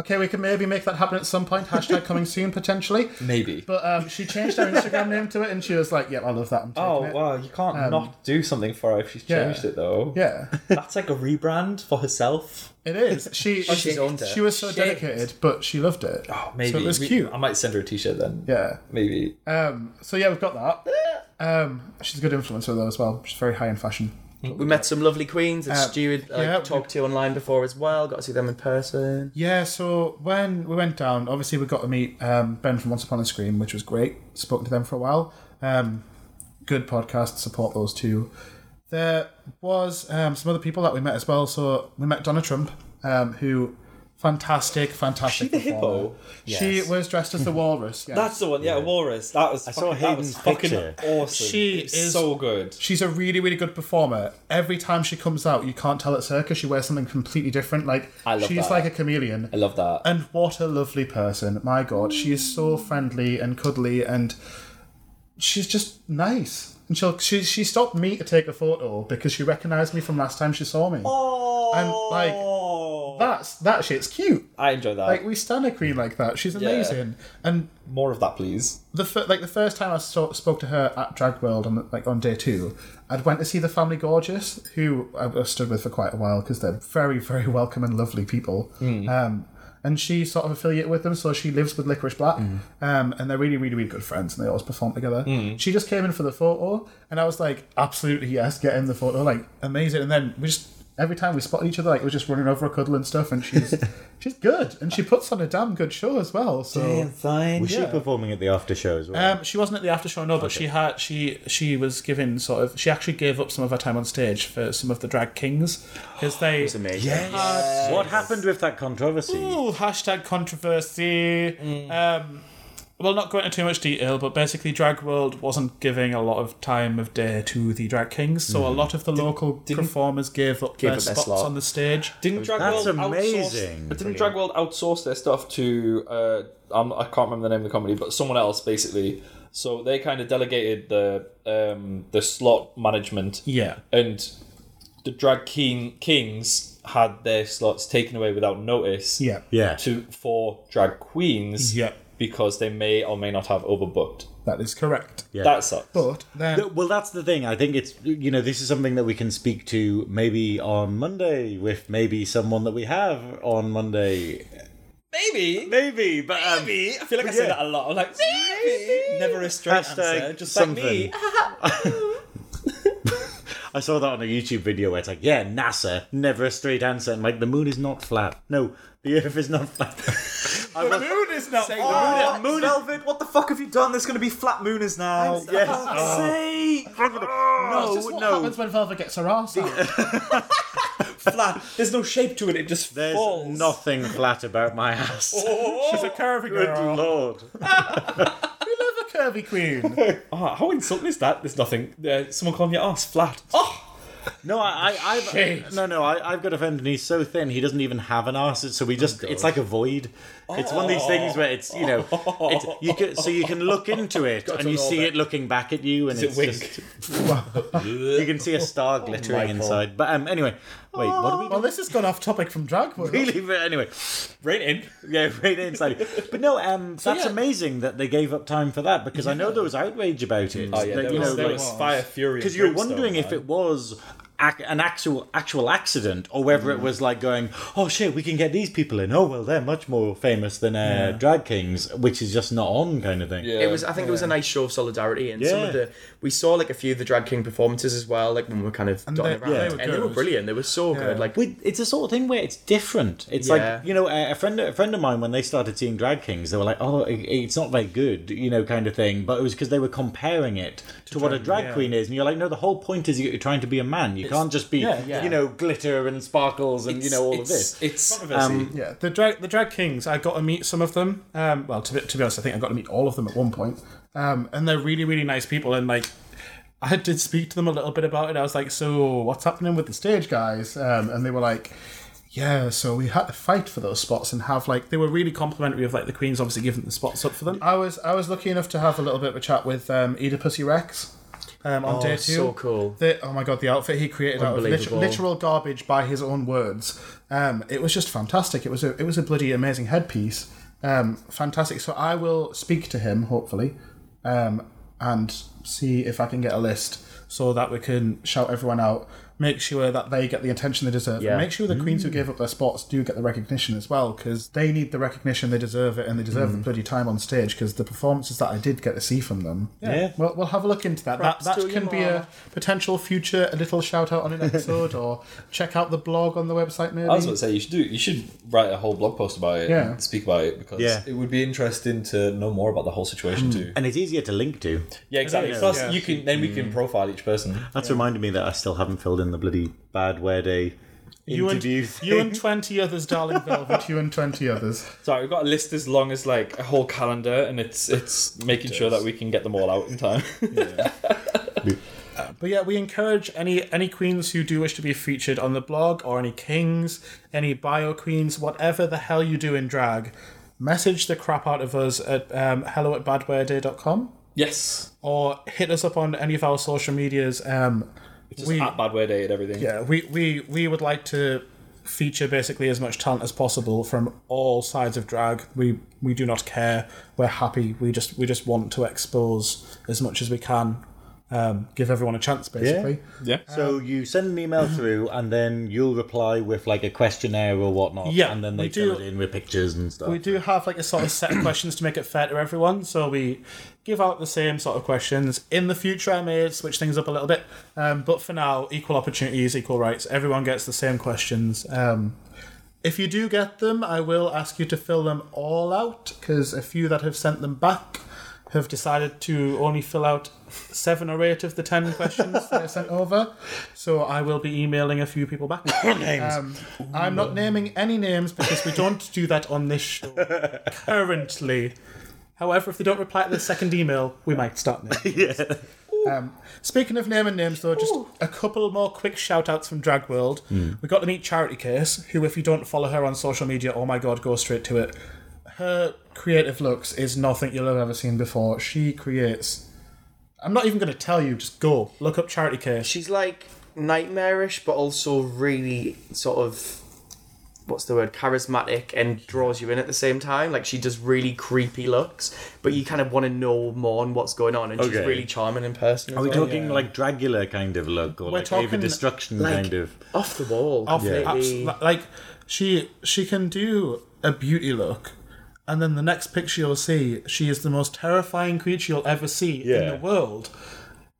S2: okay, we can maybe make that happen at some point. Hashtag coming soon, potentially.
S5: Maybe.
S2: But um, she changed her Instagram name to it and she was like, yeah, I love that. I'm taking
S5: Oh
S2: it. Um,
S5: wow, you can't not do something for her if she's
S2: yeah.
S5: changed it though.
S2: Yeah,
S5: That's like a rebrand for herself.
S2: it is. She
S4: she's owned it.
S2: she was so dedicated, but she loved it.
S5: Oh, maybe.
S2: So it was
S5: We-
S2: cute.
S5: I might send her a t-shirt then.
S2: Yeah.
S5: Maybe.
S2: Um, so yeah, we've got that. Um, she's a good influencer though as well. She's very high in fashion.
S4: We met some lovely queens that
S2: Uh,
S4: Stu had like,
S2: yeah.
S4: talked to online before as well. Got to see them in person.
S2: Yeah, so when we went down, obviously we got to meet um, Ben from Once Upon a Screen, which was great. Spoke to them for a while. Um, good podcast. Support those two. There was um, some other people that we met as well. So we met Donna Trump, um, who fantastic, fantastic.
S5: She the
S2: performer.
S5: hippo?
S2: She was dressed as the walrus. Yeah.
S5: That's the one, yeah, Walrus. That was I
S1: saw
S5: fucking, that was
S1: Hayden's
S5: fucking
S1: picture.
S5: awesome.
S2: She
S5: It was
S2: is-
S5: so good.
S2: She's a really, really good performer. Every time she comes out, you can't tell it's her because she wears something completely different. Like
S5: I love
S2: she's
S5: that.
S2: like a chameleon.
S5: I love that.
S2: And what a lovely person. My God, she is so friendly and cuddly and she's just nice. And she'll, she, she stopped me to take a photo because she recognised me from last time she saw me.
S3: Oh.
S2: And like, that's, that shit's cute.
S5: Oh. I enjoy that.
S2: Like, we stand a queen like that. She's amazing. And
S5: More of that, please.
S2: the fir- like the first time I saw, spoke to her at Drag World on like on day two, I'd went to see the Family Gorgeous, who I've I've stood with for quite a while because they're very very welcome and lovely people. Um, and she sort of affiliated with them, so she lives with Licorice Black, um, and they're really really really good friends, and they always perform together. She just came in for the photo, and I was like, absolutely yes, get in the photo, like amazing. And then we just. Every time we spotted each other, like we're just running over a cuddle and stuff, and she's she's good, and she puts on a damn good show as well. So
S1: Was she performing at the after show as well?
S2: um, she wasn't at the after show, no, but she had she she was given sort of she actually gave up some of her time on stage for some of the drag kings because they
S4: Amazing.
S1: what happened with that controversy?
S2: Ooh, hashtag controversy. Um, well, not going into too much detail, but basically, Drag World wasn't giving a lot of time of day to the drag kings, so a lot of the local performers gave up their
S4: up their
S2: spots
S4: slot.
S2: on the stage.
S5: Didn't Drag
S1: That's
S5: World
S1: amazing.
S5: Outsource, but didn't Drag World outsource their stuff to uh, um, I can't remember the name of the company, but someone else basically. So they kind of delegated the um, the slot management.
S2: Yeah.
S5: And the drag king kings had their slots taken away without notice.
S2: Yeah.
S1: yeah.
S5: To for drag queens.
S2: Yeah.
S5: Because they may or may not have overbooked.
S2: That is correct.
S1: Yeah.
S5: That sucks.
S2: But then
S1: Th- Well, that's the thing. I think it's you know this is something that we can speak to maybe on Monday with maybe someone that we have on Monday.
S5: Maybe.
S1: Maybe, but um,
S5: Maybe. I feel like I say
S1: yeah.
S5: that a lot. I'm like, maybe. Never a straight
S1: Hashtag
S5: answer. Just
S1: something.
S5: like me.
S1: I saw that on a YouTube video where it's like, yeah, NASA, never a straight answer. And like, the moon is not flat. No, the Earth is not flat. I was,
S5: Moon is now. Say
S1: Oh, moon is-
S5: Velvet, what the fuck have you done? There's going to be flat mooners now.
S1: yes. Oh.
S2: just
S1: No,
S2: what
S1: no.
S2: happens when Velvet gets her ass out?
S5: Flat. There's no shape to it. It just
S1: There's
S5: falls.
S1: nothing flat about my ass.
S2: She's a curvy
S1: Good
S2: girl.
S1: lord.
S2: We love a curvy queen.
S5: Ah, how insulting is that? There's nothing. Uh, someone calling your ass flat. Oh,
S1: No, I, I I've no, no, I, I've got a friend and he's so thin he doesn't even have an arse. So we
S5: Oh,
S1: just, it's like a void. It's one of these things where it's you know, it's, you can so you can look into it and you see it looking back at you, and it's
S5: it wink? Oh,
S1: just you can see a star glittering inside. But um, anyway, wait, what are we
S2: well,
S1: doing?
S2: this has gone off topic from Drag World.
S1: Really, but anyway,
S5: right in.
S1: yeah, right inside. But no, um, that's amazing that they gave up time for that because I know there was outrage about it.
S5: Oh yeah,
S1: that,
S5: there
S1: you
S5: was,
S1: know,
S5: there
S1: like-
S5: was fire fury.
S1: because you're wondering if it was ac- an actual actual accident or whether it was like going oh shit we can get these people in oh well they're much more famous than uh, drag kings which is just not on kind of thing
S5: Yeah.
S4: It was. I think it was a nice show of solidarity, and some
S1: Yeah.
S4: of the we saw like a few of the drag king performances as well. Like when we were kind of dotting
S2: they-
S4: around,
S2: yeah, they were
S4: and they were
S2: good.
S4: brilliant. They were so good. Like
S1: We, it's the sort of thing where it's different. It's
S4: Yeah.
S1: like you know, a a friend, a friend of mine, when they started seeing drag kings, they were like, "Oh, it- it's not very good," you know, kind of thing. But it was because they were comparing it to, what a drag queen is, and you're like, "No, the whole point is you're trying to be a man. You can't just be, you know, glitter and sparkles and you know all of this."
S5: It's
S4: uh, Um,
S2: Yeah, the drag the drag kings. I got to meet some of them. Um, well, to be, to be honest, I think I got to meet all of them at one point. Um, and they're really really nice people. And like, I did speak to them a little bit about it. I was like, "So what's happening with the stage guys?" Um, and they were like, yeah, so we had to fight for those spots and have like they were really complimentary of like the Queen's obviously giving the spots up for them. I was I was lucky enough to have a little bit of a chat with um, Oedipus Rex um, on day two.
S4: Oh, so cool.
S2: The- oh my god, the outfit he created out of lit-
S4: Unbelievable.
S2: literal garbage by his own words. Um, it was just fantastic. It was a it was a bloody amazing headpiece. Um, fantastic. So I will speak to him hopefully, um, and see if I can get a list so that we can shout everyone out. Make sure that they get the attention they deserve.
S4: Yeah.
S2: And make sure the queens who gave up their spots do get the recognition as well, because they need the recognition. They deserve it, and they deserve the bloody time on stage. Because the performances that I did get to see from them, yeah, Well, we'll have a look into that. that that can be a potential future a little shout out on an episode, or check out the blog on the website maybe.
S3: I was about to say you should do you should write a whole blog post about it
S2: Yeah.
S3: and speak about it because
S1: Yeah.
S3: it would be interesting to know more about the whole
S2: Hmm.
S3: situation too.
S1: And it's easier to link to.
S3: Yeah, exactly. Plus, you can then we can profile each person.
S1: That's reminded me that I still haven't filled in the bloody bad wear day
S2: you and,
S1: interview. thing.
S2: you and twenty others, darling Velvet. You and twenty others.
S5: Sorry, we've got a list as long as like a whole calendar, and it's it's making sure that we can get them all out in time.
S2: But yeah, we encourage any any queens who do wish to be featured on the blog, or any kings, any bio queens, whatever the hell you do in drag. Message the crap out of us at um, hello at badwearday.com
S5: yes,
S2: or hit us up on any of our social medias. Um,
S5: just
S2: we-
S5: at bad wear day and everything.
S2: Yeah, we, we, we would like to feature basically as much talent as possible from all sides of drag. We we do not care. We're happy. We just we just want to expose as much as we can. Um, give everyone a chance, basically.
S1: So you send an email through, and then you'll reply with like a questionnaire or whatnot.
S2: Yeah,
S1: and then they
S2: we
S1: fill
S2: do-
S1: it in with pictures and stuff.
S2: We do have like a sort of set of questions to make it fair to everyone, so we give out the same sort of questions. In the future, I may switch things up a little bit, um, but for now, equal opportunities, equal rights. Everyone gets the same questions. Um, if you do get them, I will ask you to fill them all out because a few that have sent them back have decided to only fill out seven or eight of the ten questions that I sent over. So I will be emailing a few people back. Um, I'm not naming any names because we don't do that on this show currently. However, if they don't reply to the second email, we might start naming. names. Um, speaking of naming names, though, just a couple more quick shout outs from Drag World. We got to meet Charity Case, who, if you don't follow her on social media, oh my god, go straight to it. Her creative looks is nothing you'll have ever seen before. She creates. I'm not even going to tell you, just go. Look up Charity Case.
S4: She's like nightmarish, but also really sort of what's the word charismatic and draws you in at the same time. Like she does really creepy looks, but you kind of want to know more on what's going on, and she's
S1: Okay.
S4: really charming in person. as
S1: Are we
S4: well.
S1: talking like Dragula kind of look, or
S2: We're
S1: like Ava
S2: talking,
S1: Destruction
S4: like-
S1: kind of?
S4: off the wall?
S2: off
S4: completely.
S2: abs- like she she can do a beauty look and then the next picture you'll see she is the most terrifying creature you'll ever see in
S1: Yeah.
S2: the world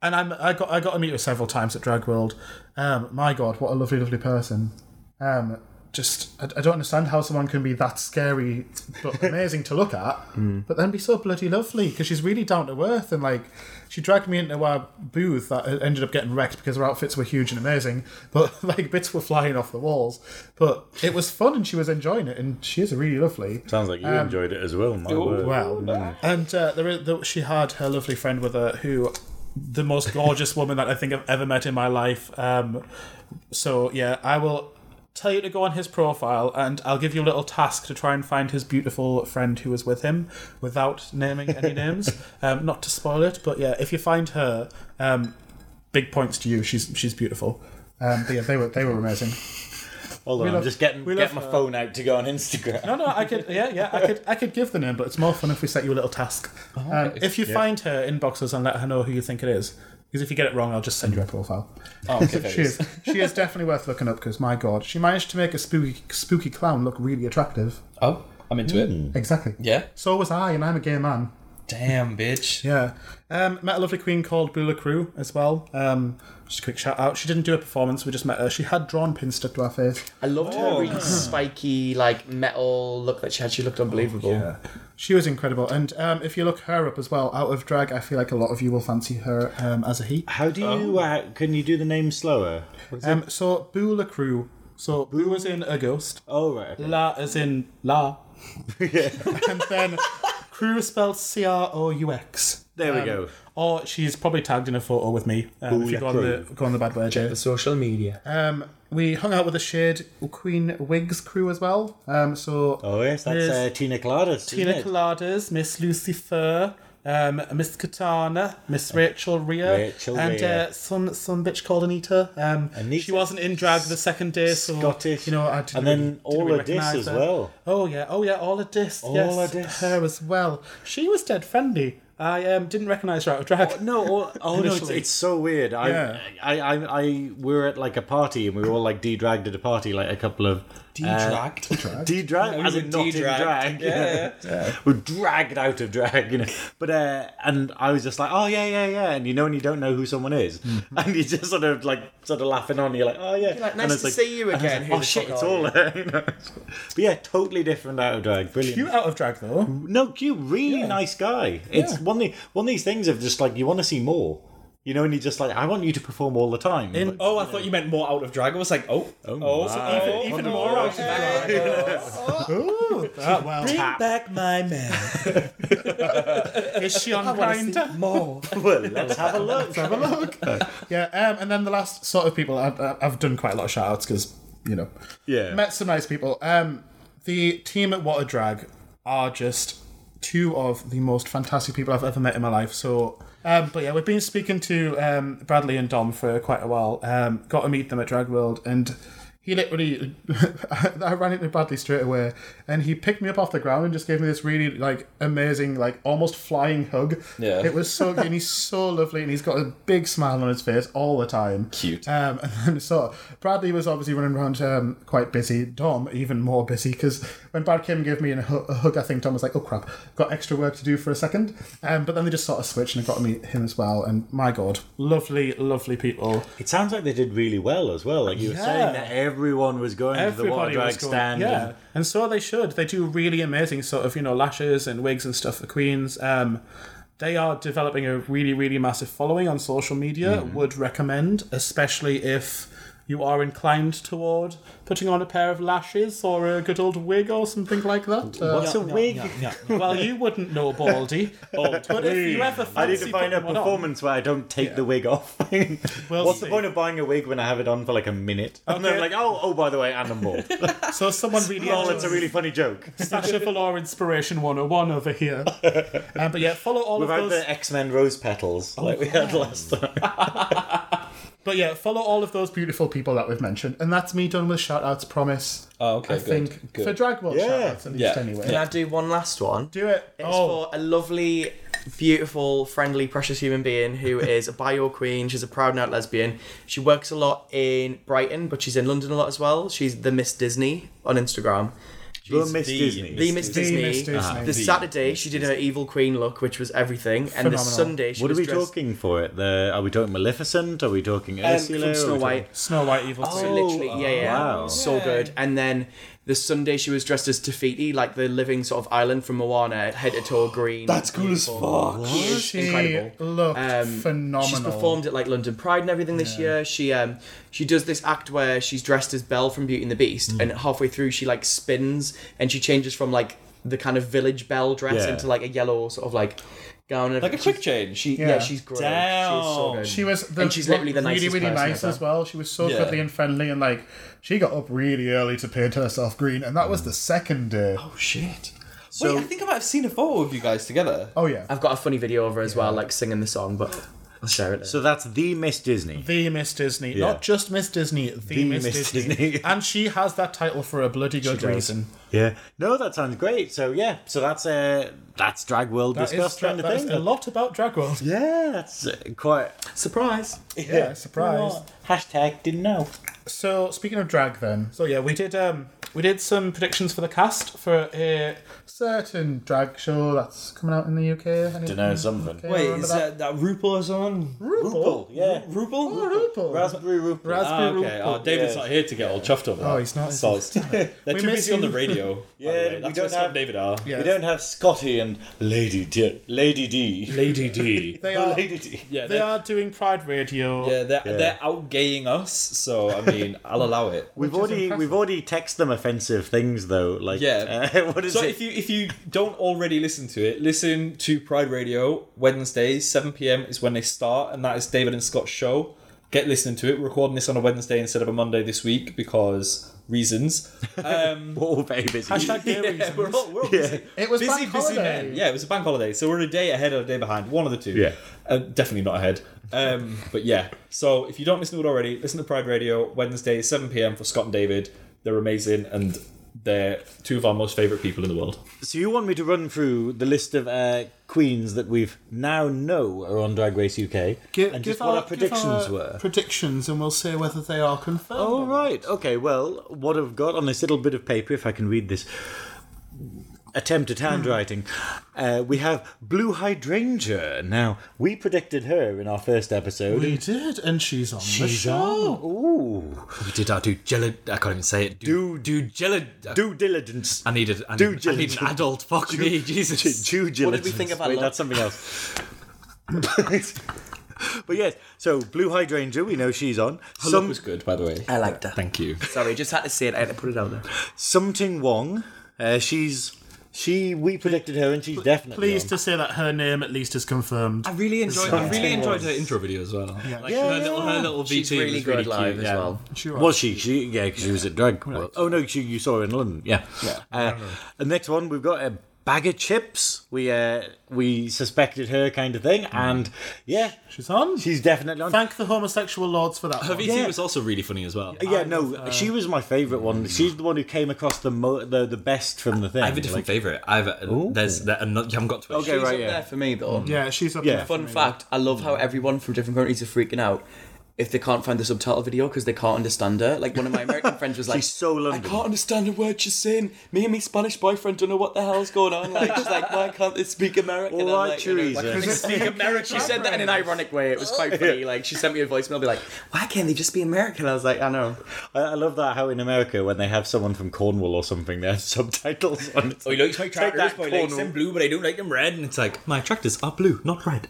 S2: and I'm, I got I got to meet her several times at Drag World. Um, my God, what a lovely, lovely person. Um, just I, I don't understand how someone can be that scary but amazing to look at, but then be so bloody lovely because she's really down to earth and like she dragged me into our booth that uh, ended up getting wrecked because her outfits were huge and amazing, but like bits were flying off the walls. But it was fun and she was enjoying it and she is really lovely.
S1: Sounds like you enjoyed it as well. My word.
S2: um, Oh, Well, and uh, there is, there, she had her lovely friend with her, who the most gorgeous woman that I think I've ever met in my life. Um, so yeah, I will tell you to go on his profile, and I'll give you a little task to try and find his beautiful friend who was with him, without naming any names, um, not to spoil it. But yeah, if you find her, um, big points to you. She's she's beautiful. Um, but yeah, they were they were amazing.
S1: Hold on, I'm
S2: love-
S1: just getting
S2: we
S1: get
S2: love, uh,
S1: my phone out to go on Instagram.
S2: Oh, No, no, I could, yeah, yeah, I could, I could give the name, but it's more fun if we set you a little task. Um, if you find her inbox us and let her know who you think it is, because if you get it wrong, I'll just send you her profile.
S3: Oh, okay, there it
S2: She
S3: is.
S2: is, she is definitely worth looking up because my god, she managed to make a spooky, spooky clown look really attractive.
S3: oh, I'm into it.
S2: Exactly.
S3: Yeah.
S2: So was I, and I'm a gay man.
S3: Damn, bitch.
S2: Yeah. Um, met a lovely queen called Bula Crew as well. Um, just a quick shout out. She didn't do a performance. We just met her. She had drawn pins stuck to her face.
S4: I loved her really spiky, like metal look that she had. She looked unbelievable.
S2: She was incredible. And um, if you look her up as well, out of drag, I feel like a lot of you will fancy her um, as a he.
S1: How do
S2: Oh.
S1: you? Uh, can you do the name slower?
S2: Um, so Bula Crew. So Boo is in a ghost.
S1: Oh right. okay.
S2: La is in la. and then Crew is spelled C R O U X. Um,
S1: There we go.
S2: or she's probably tagged in a photo with me. Um, if you go on the go on the bad word Jay.
S4: The social media.
S2: Um, we hung out with the Shade Queen Wigs crew as well. Um, so
S1: Oh yes, that's uh, Tina Colada.
S2: Tina Coladas, Miss Lucifer, um, Miss Katana, Miss Rachel Rhea,
S1: Uh, Rachel
S2: and
S1: Rhea.
S2: Uh, some some bitch called Anita. Um,
S1: Anita
S2: she wasn't in drag the second day, so
S1: Scottish.
S2: You know, I didn't
S1: And
S2: really-
S1: then
S2: didn't really
S1: Orla Dis
S2: recognise
S1: as
S2: her.
S1: well.
S2: Oh yeah, oh yeah, Orla Dis.
S1: Orla
S2: yes,
S1: Dis.
S2: her as well. She was dead friendly. I um, didn't recognise her out of drag.
S1: No, or, oh no, it's,
S2: Initially.
S1: it's so weird. I,
S2: Yeah.
S1: I, I, I, we were at like a party and we were all like de-dragged at a party, like a couple of uh,
S3: D-dragged?
S1: de-dragged, as
S3: we
S1: in
S3: were
S1: not in
S3: de-dragged.
S1: drag. Yeah, we're dragged out of drag, you know. But uh, and I was just like, oh yeah, yeah, yeah, and you know, and you don't know who someone is, and you just sort of like sort of laughing on. You're like, oh yeah,
S4: like,
S1: And
S4: nice
S1: it's
S4: to see you
S1: and it's
S4: again.
S1: like,
S4: Who
S1: oh
S4: the
S1: shit,
S4: fuck
S1: it's
S4: are
S1: all. you know. But yeah, totally different out of drag. Brilliant.
S2: You out of drag though.
S1: No, Q, really nice guy. It's one of the, one of these things of just like you want to see more, you know, and you just like I want you to perform all the time. But-
S3: Oh, I thought you meant more out of drag. I was like, oh, oh, so
S1: my.
S3: even, even more out of drag.
S2: Ooh, that well.
S3: Back my man.
S2: Is she on Grindr?
S3: More.
S1: well, let's have a look.
S2: have a look. yeah, um, and then the last sort of people, I've, I've done quite a lot of shout outs because, you know,
S1: Yeah.
S2: met some nice people. Um, the team at Water Drag are just two of the most fantastic people I've ever met in my life. So, um, but yeah, we've been speaking to um, Bradley and Dom for quite a while. Um, got to meet them at Drag World and. He literally, I ran into Bradley straight away, and he picked me up off the ground and just gave me this really like amazing, like almost flying hug.
S3: Yeah.
S2: it was so good. and he's so lovely, and he's got a big smile on his face all the time.
S3: Cute.
S2: Um, and then so Bradley was obviously running around um, quite busy. Dom even more busy because when Brad came and gave me an, hu- a hug, I think Dom was like, "Oh crap, got extra work to do for a second. Um, but then they just sort of switched and I got to meet him as well. And my god, lovely, lovely people.
S1: It sounds like they did really well as well. Like you were saying that everyone was going to the water
S2: Everybody
S1: drag
S2: was going,
S1: stand.
S2: yeah,
S1: and-
S2: and so they should. They do really amazing sort of you know lashes and wigs and stuff for queens. Um, they are developing a really really massive following on social media.
S1: Mm-hmm.
S2: Would recommend, especially if you are inclined toward putting on a pair of lashes or a good old wig or something like that. Uh,
S1: What's a wig? Oh,
S2: well, you wouldn't know Baldy, but if you ever
S1: I
S2: fancy
S1: need to find a
S2: putting one on-
S1: performance where I don't take the wig off. What's the
S2: see.
S1: point of buying a wig when I have it on for like a minute? And then I'm like, oh, oh, by the way, and I'm bald.
S2: so someone really
S1: oh, that's
S2: enjoys-
S1: a really funny joke.
S2: Sasha Velour Inspiration 101 over here. Um, but yeah, follow all
S1: Without
S2: of those.
S1: the X Men rose petals like we had last time.
S2: But yeah, follow all of those beautiful people that we've mentioned. And that's me done with shout outs, promise.
S3: Oh, okay,
S2: I
S3: good,
S2: think
S3: good.
S2: for Drag World
S1: Yeah.
S2: shout outs, at least,
S3: Yeah.
S2: anyway.
S4: Can I do one last one?
S2: Do it.
S4: It's
S2: oh,
S4: for a lovely, beautiful, friendly, precious human being who is a bio queen. She's a proud and out lesbian. She works a lot in Brighton, but she's in London a lot as well. She's the Miss Disney on Instagram.
S1: The Miss
S3: the-
S1: Disney.
S4: The Miss Disney.
S2: Miss Disney.
S4: The Saturday, she did her evil queen look, which was everything, and the
S2: Phenomenal.
S4: Sunday, she
S1: What are
S4: was
S1: we
S4: dressed
S1: talking for it? The are we talking Maleficent? Are we talking
S4: um,
S1: Ursula? Are
S4: from
S1: we
S4: Snow
S1: talking-
S4: White.
S2: Snow White Evil
S4: So
S1: Oh,
S3: Oh,
S2: Queen.
S4: literally, yeah, yeah,
S1: wow.
S4: so good. And then the Sunday she was dressed as Tafiti, like the living sort of island from Moana, head to toe green. That's cool as fuck. She is
S2: She
S4: incredible.
S2: looked
S4: Um,
S2: phenomenal.
S4: She's performed at like London Pride and everything this year. She um she does this act where she's dressed as Belle from Beauty and the Beast,
S3: Mm.
S4: and halfway through she like spins and she changes from like the kind of village Belle dress
S1: Yeah.
S4: into like a yellow sort of like gown. and
S3: Like a
S4: everything.
S3: quick change.
S4: She, yeah.
S2: Yeah.
S4: she's great. She's so good.
S2: She was the,
S4: and she's literally the
S2: really,
S4: nicest
S2: really
S4: person
S2: nice
S4: ever.
S2: as well. She was so
S3: Yeah.
S2: friendly and friendly, and like she got up really early to paint herself green, and that was
S1: Mm.
S2: the second day.
S3: Oh shit. Wait, I think I might have seen a photo of you guys together.
S2: Oh yeah,
S4: I've got a funny video of her as well, like singing the song, but I'll share it. Later.
S1: So that's the Miss Disney.
S2: The Miss Disney,
S1: Yeah.
S2: not just Miss Disney, the, Miss,
S1: Miss
S2: Disney.
S1: Disney.
S2: and she has that title for a bloody good
S4: does.
S2: reason.
S1: Yeah. No, that sounds great. So yeah, so that's uh that's drag world
S2: That is,
S1: discussed kind of
S2: that is
S1: thing.
S2: a lot about Drag World.
S1: Yeah, that's uh, quite
S4: Surprise!
S2: Yeah, surprise.
S1: hashtag didn't know.
S2: So speaking of drag, then, so yeah, we did um we did some predictions for the cast for uh, a certain drag show that's coming out in the UK.
S1: Don't know something.
S5: Wait, is that, that RuPaul is on? Oh,
S1: RuPaul, yeah.
S5: RuPaul?
S2: RuPaul?
S1: Raspberry RuPaul.
S2: Raspberry
S3: Ah, okay.
S2: RuPaul.
S3: Oh, David's not here to get all chuffed over.
S2: Oh,
S3: that.
S2: he's not.
S3: So it's- they're too
S2: miss
S3: busy on
S2: you.
S3: the radio. Yeah,
S1: Yeah, we
S3: that's
S1: don't
S3: where Scott
S1: have-
S3: and David are.
S1: We don't have Scotty and Lady D. Lady D. Oh,
S3: Lady D.
S2: They are
S1: Lady D.
S3: yeah,
S2: they
S3: they're,
S2: are doing Pride Radio.
S3: yeah, they're, they're outgaying us. So I mean, I'll allow it.
S1: We've already we've already texted them a offensive things though. Like
S5: Yeah.
S1: uh, what is
S5: So
S1: it?
S5: if you if you don't already listen to it, listen to Pride Radio Wednesdays, seven PM is when they start, and that is David and Scott's show. Get listening to it. We're recording this on a Wednesday instead of a Monday this week because reasons. Um,
S1: We're all very busy.
S5: yeah, we're all, we're all busy.
S2: It was
S5: busy,
S2: bank
S5: busy
S2: holiday.
S5: men. Yeah, it was a bank holiday, so we're a day ahead or a day behind. One of the two.
S1: Yeah.
S5: uh, definitely not ahead. Um, but yeah, so if you don't listen to it already, listen to Pride Radio Wednesday, seven PM for Scott and David. They're amazing and. They're two of our most favourite people in the world.
S1: So you want me to run through the list of uh, queens that we've now know are on Drag Race UK
S2: Give,
S1: and
S2: give
S1: just what
S2: our-
S1: our
S2: give
S1: predictions
S2: our
S1: were?
S2: Predictions, and we'll see whether they are confirmed.
S1: All right. Okay. Well, what I've got on this little bit of paper, if I can read this attempt at handwriting, uh, we have Blue Hydrangea. Now we predicted her in our first episode.
S2: We did, and she's on the
S1: She's
S2: show.
S1: on. Ooh.
S3: We did our due diligence. I can't even say it.
S1: Due-
S3: due diligence.
S1: Due diligence.
S3: I needed. I
S1: Due
S3: need, I need an
S1: diligence.
S3: adult. Fuck me, Jesus.
S1: Due diligence.
S4: What did we think of that
S1: Wait,
S4: lot?
S1: that's something else. but yes, so Blue Hydrangea, we know she's on. Some,
S3: was good, by the way.
S4: I liked her.
S3: Thank you.
S4: Sorry, just had to say it. I had to put it out there.
S1: Something Wong, uh, she's she. We predicted her, and she's definitely
S2: Pleased
S1: on.
S2: to say that her name at least is confirmed.
S3: I really enjoyed. I really enjoyed her intro video as well. Yeah, like her, Little, her little VT
S4: She's really
S3: was
S4: good
S3: really
S4: live
S3: cute,
S4: as
S3: yeah.
S4: well.
S2: Sure.
S1: Was she? She yeah, 'cause she was at drag. World. Oh no, she, you saw her in London. Yeah. Uh, the next one we've got a bag of chips. We uh, we suspected her kind of thing, and yeah,
S2: she's on?
S1: she's definitely on.
S2: Thank the homosexual lords for that.
S3: Her
S2: one.
S3: VT
S1: Yeah.
S3: was also really funny as well.
S1: yeah, no, she was my favourite one. She's the one who came across the mo- the, the best from the thing.
S3: I have a different favorite. I've uh, there's there, and you haven't got to it.
S1: Okay,
S4: She's
S1: right,
S4: up
S1: yeah.
S4: there for me though.
S2: Yeah, she's up
S1: Yeah.
S2: there.
S4: Fun fact: I love how everyone from different countries are freaking out if they can't find the subtitle video because they can't understand her. Like one of my American friends was like,
S1: She's so
S4: "I
S1: London.
S4: can't understand a word she's saying. Me and my Spanish boyfriend don't know what the hell's going on." Like she's like, "Why can't they speak American?"
S1: All right,
S4: I'm like, you know,
S1: Teresa.
S4: like, "They speak American. She said that in an ironic way. It was quite funny. Like she sent me a voicemail, be like, "Why can't they just be American?" I was like, "I know."
S1: I, I love that how in America when they have someone from Cornwall or something, they have subtitles on it.
S3: he likes my tractors,
S1: that
S3: but he likes
S1: corner.
S3: them blue, but I don't like them red. And it's like my tractors are blue, not red.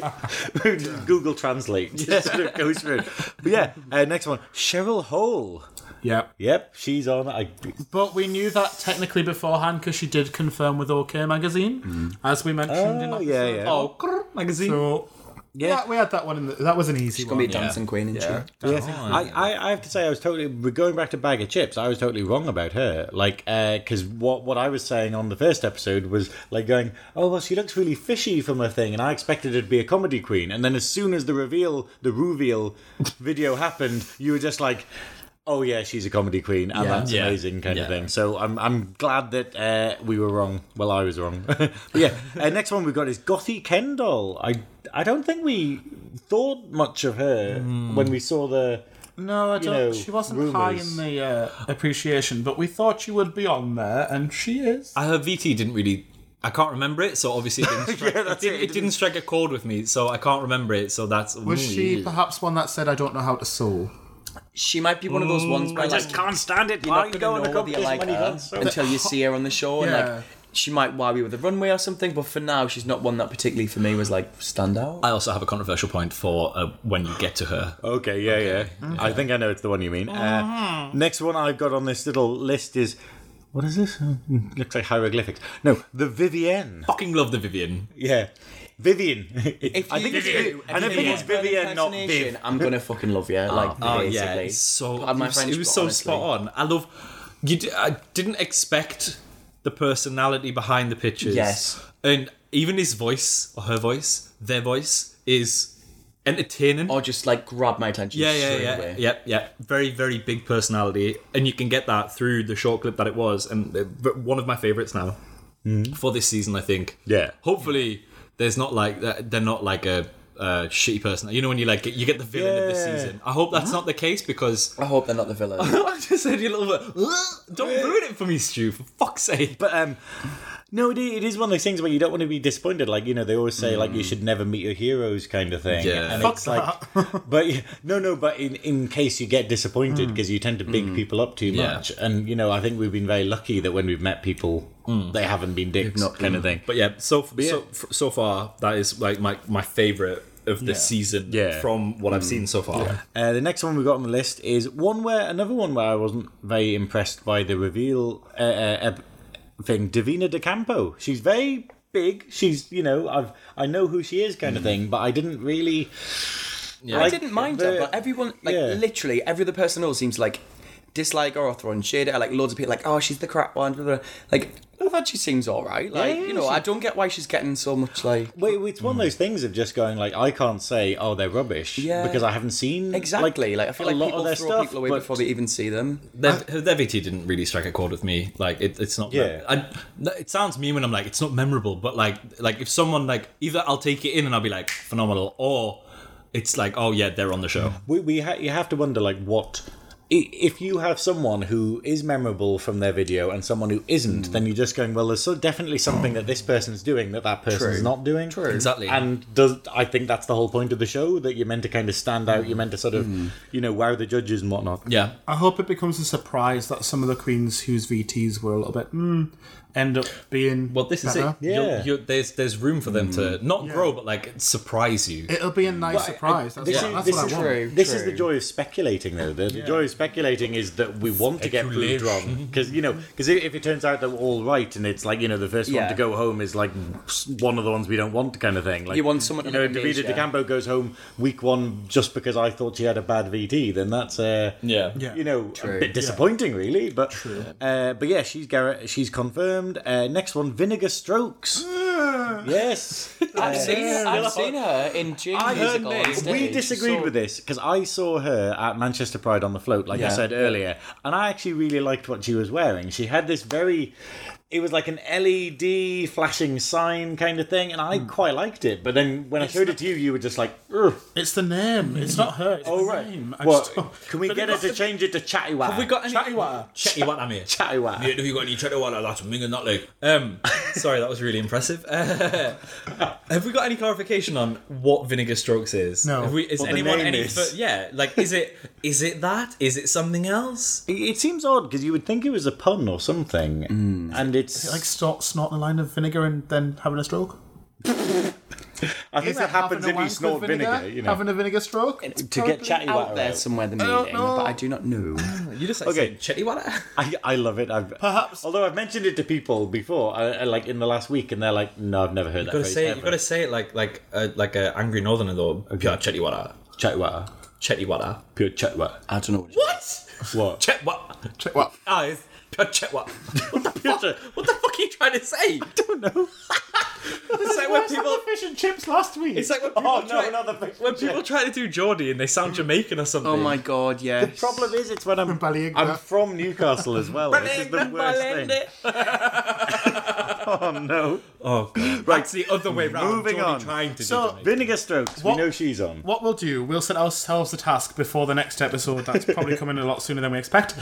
S1: Google Translate just sort of goes through. But yeah, uh, next one, Cheryl Hole.
S2: Yeah.
S1: Yep, she's on. I,
S2: But we knew that technically beforehand because she did confirm with OK Magazine, as we mentioned in
S1: oh
S2: episode
S1: yeah, yeah.
S3: Oh, grrr, magazine.
S2: So yeah. we had that one. In the, that was an easy
S4: Gonna be
S2: one.
S4: a dancing queen, and yeah.
S1: Yes, I, I, I have to say I was totally we're going back to bag of chips. I was totally wrong about her, like because what what I was saying on the first episode was like going, oh well, she looks really fishy from her thing, and I expected her to be a comedy queen, and then as soon as the reveal, the reveal video happened, you were just like. Oh yeah, she's a comedy queen, and that's
S3: Yeah.
S1: amazing, kind of
S3: Yeah.
S1: thing. So I'm I'm glad that uh, we were wrong. Well, I was wrong. but yeah, uh, next one we've got is Gothi Kendall. I I don't think we thought much of her when we saw the
S2: No, I don't.
S1: know,
S2: she wasn't high in
S1: rumours.
S2: the uh, appreciation, but we thought she would be on there, and she is.
S3: I- her VT didn't really. I can't remember it, so obviously it didn't strike, it, didn't, it didn't strike a chord with me, so I can't remember it. So that's
S2: Was she perhaps one that said, "I don't know how to sew"?
S4: She might be one of those ones where I like,
S1: stand it.
S4: you're not going to know whether you like her until you see her on the show and
S2: Yeah.
S4: like she might wow you with a runway or something but for now she's not one that particularly for me was like stand out
S3: I also have a controversial point for uh, when you get to her.
S1: Okay, yeah, yeah. I think I know it's the one you mean. Uh, next one I've got on this little list is. What is this? Uh, Looks like hieroglyphics. No, the Vivienne.
S3: Fucking love the Vivian.
S1: Yeah. Vivian. I think it's
S4: Vivian.
S1: Vivian. And I think it's Vivian, not Viv.
S4: I'm gonna fucking love you. Like,
S3: Oh
S4: basically.
S3: yeah, it's so
S4: Pardon my
S3: it was,
S4: French,
S3: it was
S4: but
S3: so
S4: honestly.
S3: spot on. I love you. d- I didn't expect the personality behind the pictures.
S4: Yes.
S3: and even his voice or her voice, their voice is entertaining.
S4: Or just like grab my attention.
S3: yeah, yeah,
S4: straight
S3: yeah,
S4: away.
S3: yeah, yeah. Very, very big personality, and you can get that through the short clip that it was, and uh, but one of my favorites now for this season, I think.
S1: Mm-hmm. Yeah.
S3: Hopefully, there's not like that. They're not like a. Uh, shitty person, you know when you like get- you get the villain of the
S1: Yeah.
S3: season. I hope that's not the case because
S4: I hope they're not the villain.
S3: I just said you little bit. "Ugh, Don't ruin it for me, Stu. For fuck's sake.
S1: But um, no, it, it is one of those things where you don't want to be disappointed. Like you know, they always say like you should never meet your heroes, kind of thing.
S3: Mm. Yeah.
S1: and
S3: Fuck
S1: it's like, but no, no, but in in case you get disappointed because you tend to big people up too
S3: Mm. Yeah.
S1: much, and you know, I think we've been very lucky that when we've met people,
S3: Mm.
S1: they haven't been dicks, kind of thing.
S3: But yeah, so so so far that is like my my favorite
S5: of the season
S1: Yeah.
S5: from what I've seen so far.
S1: Uh, the next one we got on the list is one where another one where I wasn't very impressed by the reveal uh, uh, ep- thing. Davina De Campo. She's very big. She's you know I've I know who she is kind of thing, but I didn't really.
S4: I didn't mind
S1: the-
S4: her, but everyone, like
S1: yeah.
S4: literally every other person I know seems to, like dislike her or throw and shade her. Like loads of people, like oh she's the crap one. Blah, blah. blah. Like I thought she seems all right. Like
S1: Yeah,
S4: you know,
S1: she-
S4: I don't get why she's getting so much like
S1: Wait, it's one of those things of just going like I can't say oh they're rubbish
S4: Yeah.
S1: because I haven't seen
S4: exactly. Like, I feel
S1: a
S4: like
S1: lot
S4: people
S1: of their
S4: throw
S1: stuff,
S4: people away
S1: but-
S4: before they even see them.
S3: Their, her their VT didn't really strike a chord with me. Like it, it's not.
S1: Yeah.
S3: I, no, it sounds mean when I'm like it's not memorable, but like like if someone like either I'll take it in and I'll be like phenomenal, or it's like oh yeah they're on the show.
S1: we, we ha- you have to wonder like what i- if you have someone who is memorable from their video and someone who isn't then you're just going well there's so definitely something that this person's doing that that person's not doing true
S3: Exactly.
S1: and does i think that's the whole point of the show that you're meant to kind of stand out you're meant to sort of you know wow the judges and whatnot
S3: Yeah,
S2: I hope it becomes a surprise that some of the queens whose VTs were a little bit mm, end up being
S3: Well, this is it.
S2: better.
S3: You're-
S1: Yeah.
S3: you're- there's there's room for them to not grow, but like surprise you.
S2: It'll be a nice surprise. that's
S1: This
S2: what,
S1: is,
S2: that's
S1: this
S2: what
S1: is-
S2: I want.
S1: this is the joy of speculating, though. The, the joy of speculating is that we want to get proved wrong because you know because if it turns out that we're all right and it's like you know the first one
S4: Yeah.
S1: to go home is like s- one of the ones we don't want kind of thing. Like
S4: You want someone
S1: You
S4: to
S1: know, if
S4: make
S1: Davida
S4: amnesia.
S1: De Campo goes home week one just because I thought she had a bad VT. Then that's uh,
S5: Yeah.
S2: Yeah.
S1: you know a bit disappointing, really. But uh, but yeah, she's Garrett. She's confirmed. Uh, next one, Vinegar Strokes.
S2: Ah.
S1: yes.
S4: I've seen her. I've seen her in June musical. on stage.
S1: We disagreed
S4: So-
S1: with this because I saw her at Manchester Pride on the float, like I said earlier, and I actually really liked what she was wearing. She had this very, it was like an LED flashing sign kind of thing, and I quite liked it. But then when I showed it to you, you were just like, Ugh.
S2: Hmm. It's the name. It's not her. It's
S1: "All
S2: the
S1: Oh, right,
S2: name. I
S1: what?
S2: just-
S1: Can we
S2: But
S1: get
S2: it
S1: her
S2: got
S1: to
S2: the-
S1: change it to Chattywack?
S3: Have we got any?
S2: Chattywatta.
S3: Chatty what I'm here.
S1: Chattywack?
S3: Yeah, have you got any cheddar one? That's ming and not like. Um, sorry, that was really impressive. Uh, have we got any clarification on what vinegar strokes is?
S2: No.
S3: Have we, is
S1: What the
S3: anyone
S1: name
S3: any?
S1: is.
S3: but yeah, like is it is it that? Is it something else?
S1: It, it seems odd because you would think it was a pun or something, and it's
S2: Hmm. Like snort, snorting a line of vinegar and then having a stroke.
S1: I think
S2: Is
S1: that
S2: it having
S1: happens
S2: a
S1: if you
S2: wank
S1: snort
S2: with
S1: vinegar, you know.
S2: Having a vinegar stroke.
S4: It's
S1: To get
S4: probably
S1: chatty water
S4: out there
S1: out.
S4: somewhere. The
S2: don't
S4: meaning,
S2: know.
S4: but I do not know.
S3: You just like
S1: Okay.
S3: okay. chetty what?
S1: I, I love it. I've,
S2: Perhaps-
S1: Although I've mentioned it to people before, I, I, like in the last week, and they're like, "No, I've never heard that
S3: Gotta
S1: phrase."
S3: say it.
S1: ever.
S3: You gotta say it like like uh, like a angry northerner though. Pure chetty what?
S1: Chatwa,
S3: Chetty what?
S1: pure chatwa.
S4: I don't know. What? it is.
S1: What?
S3: Chet what? Chet what? Ah, it's pure chet what? What the
S1: Pure
S3: fuck? What the fuck are you trying to say? I don't know. it's like when people
S2: fish and chips last week.
S3: It's like when people,
S1: Oh, no,
S3: try,
S1: another fish Mm.
S3: when
S1: and
S3: people
S1: chips.
S3: try to do Geordie and they sound Jamaican or something.
S4: Oh my god! Yes.
S1: Problem is, it's when I'm
S2: Ballygna.
S1: I'm from Newcastle as well. this is the worst thing. Oh no!
S3: Oh god! Right, it's the other way round.
S1: Moving
S3: Geordie
S1: on.
S3: Trying to
S2: So-
S3: do Jamaican.
S1: Vinegar strokes.
S2: What-
S1: We know she's on.
S2: What we'll do, we'll set ourselves the task before the next episode. That's probably coming a lot sooner than we expect,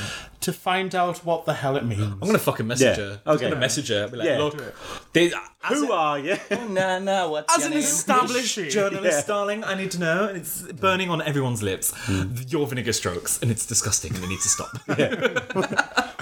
S2: to find out what the hell it means.
S3: I'm gonna fucking message
S1: Yeah,
S3: her. I'm
S1: okay.
S3: gonna message her. Be like,
S1: Yeah.
S3: look, they, as,
S1: Who
S3: a-
S1: are you?
S4: Oh, Nah, nah. What's
S3: as
S4: your
S3: an
S4: name?
S3: established
S2: Who is she?
S3: journalist,
S1: Yeah.
S3: darling, I need to know, and it's burning on everyone's lips.
S1: Mm.
S3: Your vinegar strokes, and it's disgusting, and they need to stop.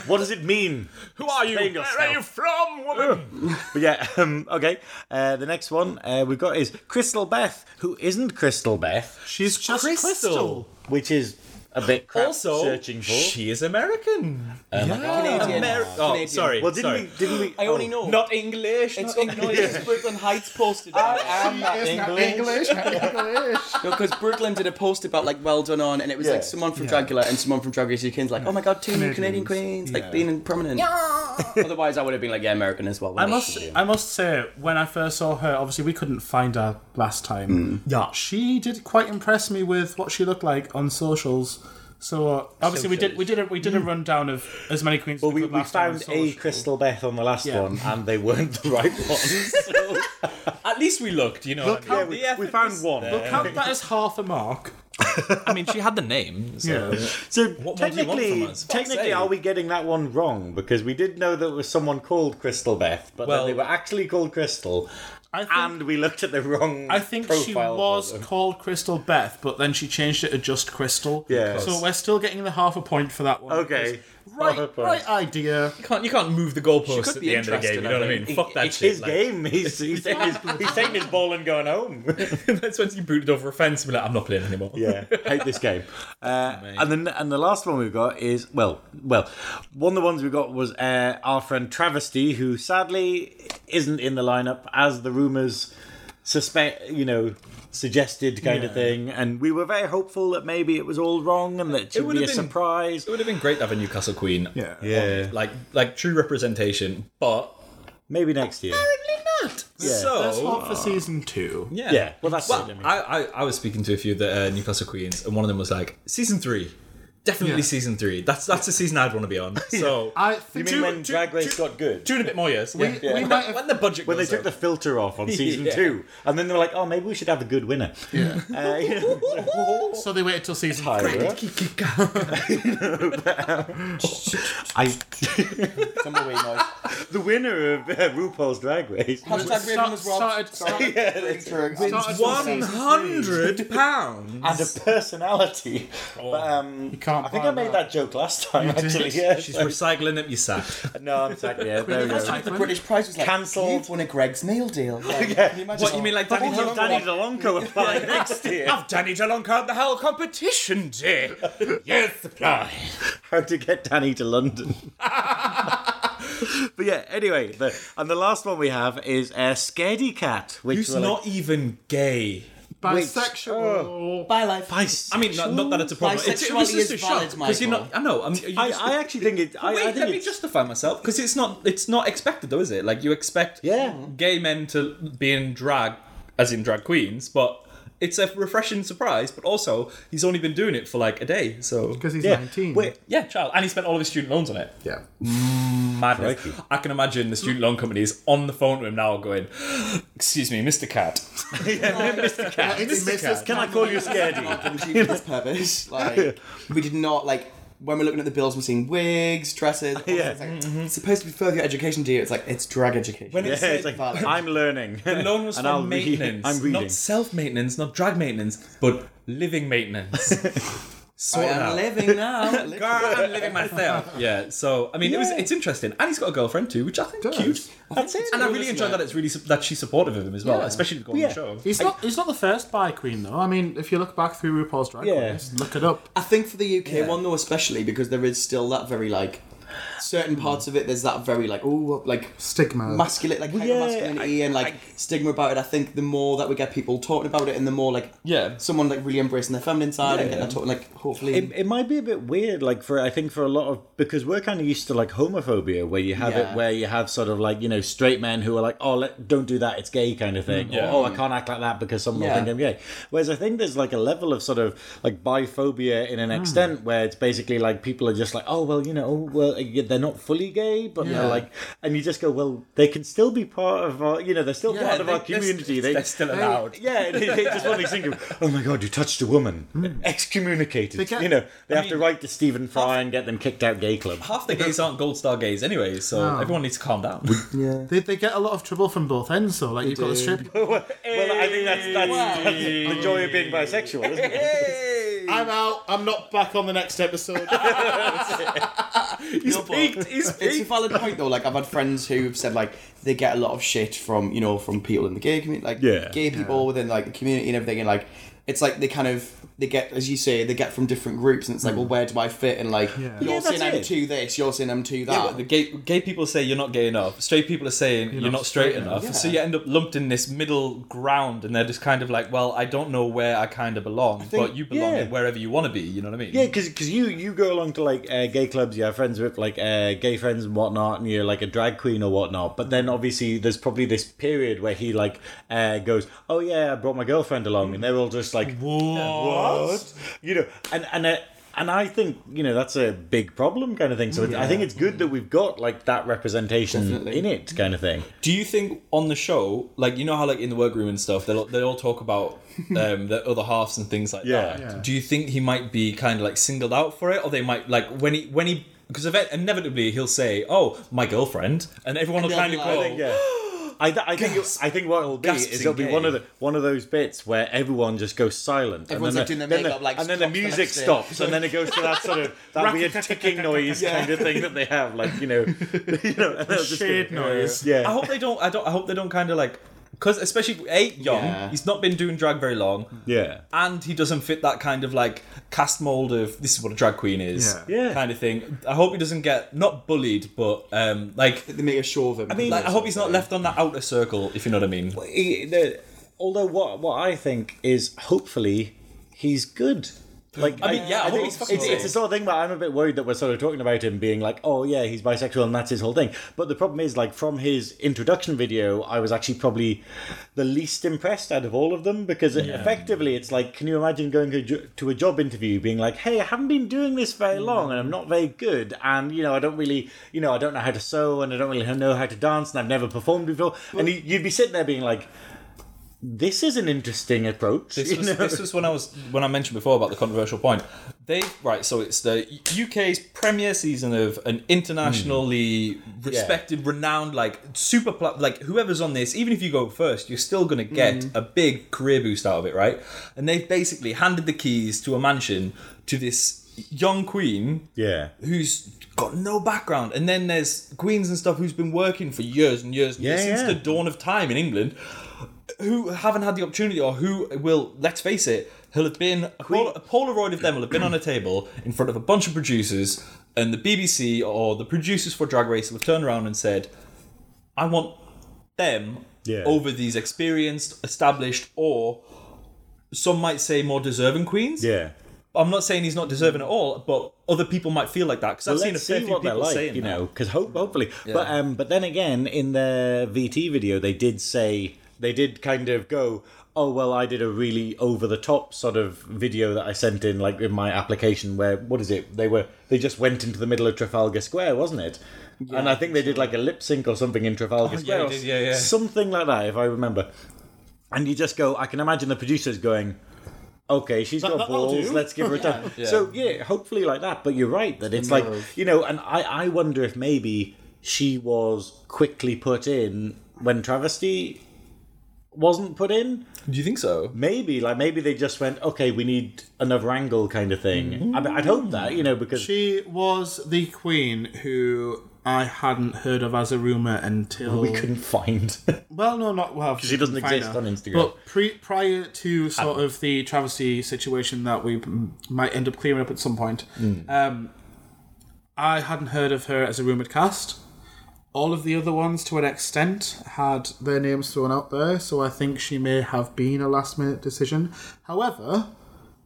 S1: what does it mean?
S3: Who are you?
S1: Explain
S3: Where are you from, woman?
S1: But yeah, um, okay. Uh, the next one uh, we've got is Crystal Beth, who isn't Crystal Beth,
S2: She's just
S3: Crystal.
S2: Crystal.
S1: which is a bit crap
S3: Also,
S1: searching for.
S3: she is American.
S4: Canadian.
S3: Ameri- oh,
S4: Canadian.
S3: sorry.
S1: well, didn't
S3: sorry.
S1: we? Didn't we? oh.
S4: I only know.
S3: Not English. Not
S4: It's Oh. not no, it's just Brooklyn Heights posted. I am not
S2: English. English.
S4: No, because Brooklyn did a post about like well done on, and it was
S1: Yeah.
S4: like someone from Dragula and someone from Drag Race UK. Like, oh my god, two new Canadian queens, like being in prominent. Otherwise, I would have been like, yeah, American as well.
S2: I must, I must say, when I first saw her, obviously we couldn't find her last
S1: Mm.
S2: time. Yeah, she did quite impress me with what she looked like on socials. So uh, obviously we did, we did, a, we did a rundown of as many queens.
S1: Mm. Well, we, we found a Crystal Beth on the last one, and they weren't the right ones. so-
S3: At least we looked, you know. what I mean?
S1: yeah, we, we found one.
S2: Count that as half a mark.
S3: I mean, she had the name. So.
S2: Yeah.
S1: So
S3: more do you want
S1: technically,
S3: from us? Fuck's
S1: technically,
S3: sake.
S1: are we getting that one wrong? Because we did know that it was someone called Crystal Beth, but
S3: Well-
S1: then they were actually called Crystal,
S2: I think,
S1: and we looked at the wrong.
S2: I think she
S1: profile
S2: was
S1: for them.
S2: called Crystal Beth, but then she changed it to just Crystal.
S1: Yeah.
S2: So we're still getting the half a point for that one.
S1: Okay.
S2: because
S3: Right, right.
S2: Great idea.
S3: You can't, you can't move the goalpost
S4: could
S3: at
S4: be
S3: the end of the game. You
S4: interesting,
S3: know what I mean?
S4: I
S3: Fuck that
S4: think.
S3: shit.
S1: His
S3: like-
S1: game. He's, he's, taking his, he's taking his ball and going home.
S3: That's when you booted over a fence and be like, I'm not playing anymore.
S1: yeah, hate this game. Uh, and then and the last one we've got is well, well, one of the ones we got was uh, our friend Travesty, who sadly isn't in the lineup as the rumors suspect, you know, suggested kind of thing. And we were very hopeful that maybe it was all wrong and that it should
S3: would
S1: be a
S3: have been-
S1: surprise.
S3: It would have been great to have a Newcastle Queen.
S2: Yeah.
S1: Yeah.
S3: Like, like true representation, but
S1: Maybe next year.
S3: apparently not.
S2: That's
S3: So,
S2: hot for season two.
S3: yeah.
S1: Oh. Yeah, well, that's
S3: Well,
S1: it.
S3: I, I, I was speaking to a few of the uh, Newcastle Queens, and one of them was like, season three. Definitely season three. That's that's the season I'd want to be on. So
S2: I think
S1: You mean when Drag Race got good?
S3: Uh, two in a bit more years.
S2: we, we
S3: When,
S2: might have
S3: when the budget
S1: When they
S3: goes
S1: took
S3: up.
S1: the filter off on season
S3: Yeah.
S1: two, and then they were like, "Oh, maybe we should have a good winner." Yeah. Uh, you know,
S2: So they waited till season
S1: Tyra.
S2: three.
S1: I the winner of uh, RuPaul's Drag Race.
S4: Hashtag Raven
S2: Start-
S4: was Rob.
S2: started- started- started till season
S3: One hundred pounds.
S1: and a personality.
S3: Oh.
S1: But, um,
S2: You can't
S1: I think
S2: buy
S1: I made that,
S2: that.
S1: joke last time, actually. Yeah.
S3: She's recycling up your sack.
S1: no, I'm sorry. Yeah, there we go.
S4: The British Prize was like
S1: Cancelled.
S4: "You've won a Greg's meal deal. Like, can you imagine
S3: What you mean, like Danny
S1: Have
S3: DeLonco?
S1: Danny DeLonco apply next year.
S3: Have Danny DeLonco at the whole competition, dear. yes, apply.
S1: How to get Danny to London. but yeah, anyway, the, and the last one we have is uh, Scaredy Cat, which
S3: Who's
S1: were like-
S3: not even gay?
S1: Oh,
S2: Bisexual.
S4: By life.
S3: I mean, not, not that it's a problem. It's, it was
S4: Bisexuality
S3: just a
S4: is
S3: shock
S4: valid,
S3: because you're not. I know. I'm, you
S1: I,
S3: just-
S1: I actually think it. I,
S3: Wait,
S1: I think
S3: let me
S1: it's-
S3: justify myself because it's not. It's not expected, though, is it? Like you expect
S1: Yeah.
S3: gay men to be in drag, as in drag queens, but. It's a refreshing surprise, but also he's only been doing it for like a day, so
S2: Because he's
S1: yeah.
S2: 19.
S1: Wait,
S3: yeah, child, and he spent all of his student loans on it.
S2: Yeah.
S3: madness.
S1: Crikey.
S3: I can imagine the student loan company is on the phone to him now going, Excuse me, Mr. Cat.
S2: It's Mrs.
S1: can I call you Scaredy?
S4: achieved its purpose. Like we did not like when we're looking at the bills, we're seeing wigs, dresses. all
S1: Yeah.
S4: things like, It's supposed to be further your education, dear. It's like it's drag education. When
S1: Yeah, it's like
S4: valid.
S1: I'm learning.
S3: The loan was
S1: and
S3: for
S1: I'll read-
S3: maintenance.
S1: I'm reading.
S3: Not self maintenance, not drag maintenance, but living maintenance.
S4: I
S3: sort it
S4: am
S3: out.
S4: living now. Girl,
S3: I'm living myself. yeah, so I mean, it was it's interesting, and he's got a girlfriend too, which I think is cute.
S1: That's it.
S3: And I really enjoyed that it's really su- that she's supportive of him as well,
S4: Yeah.
S3: especially to go on
S1: Yeah.
S3: the show.
S2: He's not, he's not the first bi queen, though. I mean, if you look back through RuPaul's Drag
S1: Yeah.
S2: Race, look it up.
S4: I think for the UK one though, especially because there is still that very like certain parts of it. There's that very like oh like
S2: Stigma.
S4: masculine like
S1: yeah,
S4: masculinity
S1: I-
S4: and like
S1: I-
S4: stigma about it. I think the more that we get people talking about it, and the more like
S3: Yeah.
S4: someone like really embracing their feminine side and getting their talking like hopefully
S1: it, it might be a bit weird like for i think for a lot of because we're kind of used to like homophobia where you have
S4: Yeah.
S1: it where you have sort of like you know straight men who are like oh let, don't do that it's gay kind of thing
S3: Mm, Yeah.
S1: or oh i can't act like that because someone
S4: Yeah.
S1: will think i'm gay whereas i think there's like a level of sort of like biphobia in an extent where it's basically like people are just like oh well you know oh, well yeah, they're not fully gay but they're like and you just go well they can still be part of our you know they're still part of our community
S3: They,
S1: they,
S3: are still allowed.
S1: yeah, they, they just want to think of, oh my god, you touched a woman. Excommunicated.
S2: They get-
S1: you know, Hmm. they have to write to Stephen Fry and get them kicked out gay club.
S3: Half the gays aren't gold star gays anyway, so everyone needs to calm down.
S4: yeah.
S2: They, they get a lot of trouble from both ends, though. Like, you've got the straight people.
S1: Well, I think that's, that's, that's the joy of being bisexual, isn't it?
S2: I'm out. I'm not back on the next episode.
S4: No, but it's a valid point though. Like I've had friends who have said like they get a lot of shit from you know from people in the gay community, like
S1: Yeah.
S4: gay people within like the community and everything, and like it's like they kind of they get as you say they get from different groups, and it's like well where do I fit? And like you're
S1: Yeah, that's
S4: saying I'm
S1: it.
S4: to this, you're saying I'm to
S3: Yeah,
S4: that.
S3: but the gay, gay people say you're not gay enough. Straight people are saying you're, not, straight, enough. So you end up lumped in this middle ground, and they're just kind of like, well, I don't know where I kind of belong, but you belong
S1: yeah.
S3: wherever you want to be. You know what I mean?
S1: Yeah, because you, you go along to like uh, gay clubs, you have friends with like uh, gay friends and whatnot, and you're like a drag queen or whatnot. But then obviously there's probably this period where he like uh, goes, "Oh yeah, I brought my girlfriend along," and they're all just like, what? You know, and and uh, and I think you know that's a big problem kind of thing. So it- I think it's good that we've got like that representation
S4: Definitely.
S1: in it kind of thing.
S3: Do you think on the show, like you know how like in the workroom and stuff, they they all talk about um, the other halves and things like
S1: Yeah.
S3: that.
S1: Yeah.
S3: Do you think he might be kind of like singled out for it, or they might like when he when he because inevitably he'll say, "Oh, my girlfriend," and everyone will
S4: they'll
S3: kind
S4: be
S3: of go.
S4: like-
S1: Yeah, I, th- I think I think what it'll be
S4: Gasps
S1: is it'll be
S4: engaged.
S1: one of the one of those bits where everyone just goes silent.
S8: Everyone's, like,
S1: and then the,
S8: doing their
S1: then
S8: makeup,
S1: the,
S8: like,
S1: and then the
S8: stops the
S1: music
S8: next day.
S1: stops, and then it goes to that sort of that weird ticking noise kind of thing that they have, like you know, you know, and they'll just go,
S6: Shade noise.
S1: Yeah,
S3: I hope they don't. I don't. I hope they don't kind of like because especially eight young.
S8: Yeah.
S3: He's not been doing drag very long,
S1: yeah.
S3: and he doesn't fit that kind of like cast mold of this is what a drag queen is,
S1: Yeah. Yeah.
S3: kind of thing. I hope he doesn't get not bullied, but um, like.
S8: They make a show of him. I
S3: Like, I hope he's not left on that outer circle, if you know what I mean.
S1: he- the- although what what I think is hopefully he's good. Like
S3: I mean, yeah, I hope
S1: think
S3: he's fucking
S1: it's, it's the sort of thing where I'm a bit worried that we're sort of talking about him being like, oh yeah, he's bisexual and that's his whole thing. But the problem is, like from his introduction video, I was actually probably the least impressed out of all of them because effectively it's like, can you imagine going to, a jo- to a job interview being like, hey, I haven't been doing this very
S3: Mm.
S1: long and I'm not very good and you know I don't really, you know I don't know how to sew and I don't really know how to dance and I've never performed before, and you, you'd be sitting there being like this is an interesting approach.
S3: This
S1: you
S3: was,
S1: know?
S3: this was when I was when I mentioned before about the controversial point. They right, so it's the UK's premier season of an
S1: Hmm.
S3: internationally respected, renowned, like super pla- like whoever's on this. Even if you go first, you're still going
S1: Hmm.
S3: to get a big career boost out of it, right? And they've basically handed the keys to a mansion to this young queen
S1: yeah.
S3: who's got no background. And then there's queens and stuff who's been working for years and years and years
S1: Yeah,
S3: since
S1: yeah.
S3: the dawn of time in England, who haven't had the opportunity or who will, let's face it, he'll have been a, pol- a Polaroid of them will have been on a table in front of a bunch of producers, and the BBC or the producers for Drag Race will have turned around and said, "I want them."
S1: Yeah.
S3: Over these experienced, established, or some might say more deserving queens.
S1: Yeah.
S3: I'm not saying he's not deserving at all, but other people might feel like that because I've
S1: Well,
S3: seen a
S1: let's
S3: fair
S1: see
S3: few
S1: what they're
S3: people
S1: like,
S3: saying
S1: you
S3: that.
S1: know, because hope, hopefully. But um, but then again, in the VT video, they did say they did kind of go, oh well, I did a really over the top sort of video that I sent in, like in my application, where what is it? They were they just went into the middle of Trafalgar Square, wasn't it? and I think they did like a lip sync or something in Trafalgar Square,
S3: they
S1: or
S3: did, Oh, yeah, yeah.
S1: something like that, if I remember. And you just go, I can imagine the producers going. Okay, she's got
S2: that'll
S1: balls.
S2: do."
S1: Let's give her a time. So yeah, hopefully like that. But you're right that it's like you know, and I I wonder if maybe she was quickly put in when travesty wasn't put in.
S3: Do you think so?
S1: Maybe like maybe they just went okay, we need another angle kind of thing. I mean, I'd hope that you know because
S2: She was the queen who I hadn't heard of as a rumor until
S1: we couldn't find.
S2: Well, no, not well.
S1: she doesn't
S2: Fine
S1: exist
S2: now.
S1: on Instagram.
S2: But pre- prior to sort of the travesty situation that we m- might end up clearing up at some point,
S1: Hmm.
S2: um, I hadn't heard of her as a rumored cast. All of the other ones, to an extent, had their names thrown out there, so I think she may have been a last minute decision. However,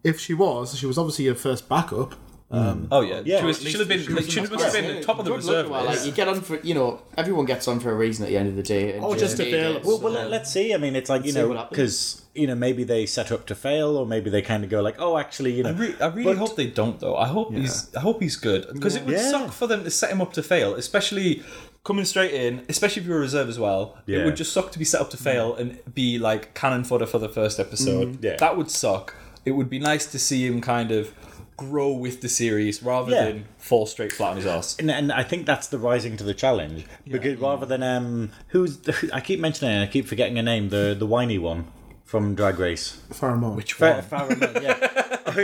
S2: if she was, she was obviously a first backup.
S3: Oh yeah,
S1: Yeah,
S3: she was.
S1: at
S3: She should have been. She, should have been at the top of the
S8: Don't look
S3: reserve
S8: at her, Like,
S3: list.
S8: you get on for, you know, everyone gets on for a reason at the end of the day. and
S2: Or just
S8: need
S2: available.
S8: it,
S1: Well,
S8: so-
S1: well let, us see. I mean, it's like you
S8: see what
S1: know,
S8: happens.
S1: because you know, maybe they set her up to fail, or maybe they kind of go like, "Oh, actually, you know."
S3: I, re- I really
S1: But-
S3: hope they don't though. I hope he's. I hope he's good because it would
S1: Yeah.
S3: suck for them to set him up to fail, especially coming straight in, especially if you're a reserve as well. It
S1: Yeah.
S3: would just suck to be set up to fail and be like cannon fodder for the first episode.
S1: Mm-hmm. Yeah.
S3: that would suck. It would be nice to see him kind of grow with the series rather
S1: Yeah.
S3: than fall straight flat on his ass.
S1: and, and I think that's the rising to the challenge because rather than um, who's the, I keep mentioning her, I keep forgetting her name the the whiny one from Drag Race.
S2: Farah Moore.
S1: Which one? yeah.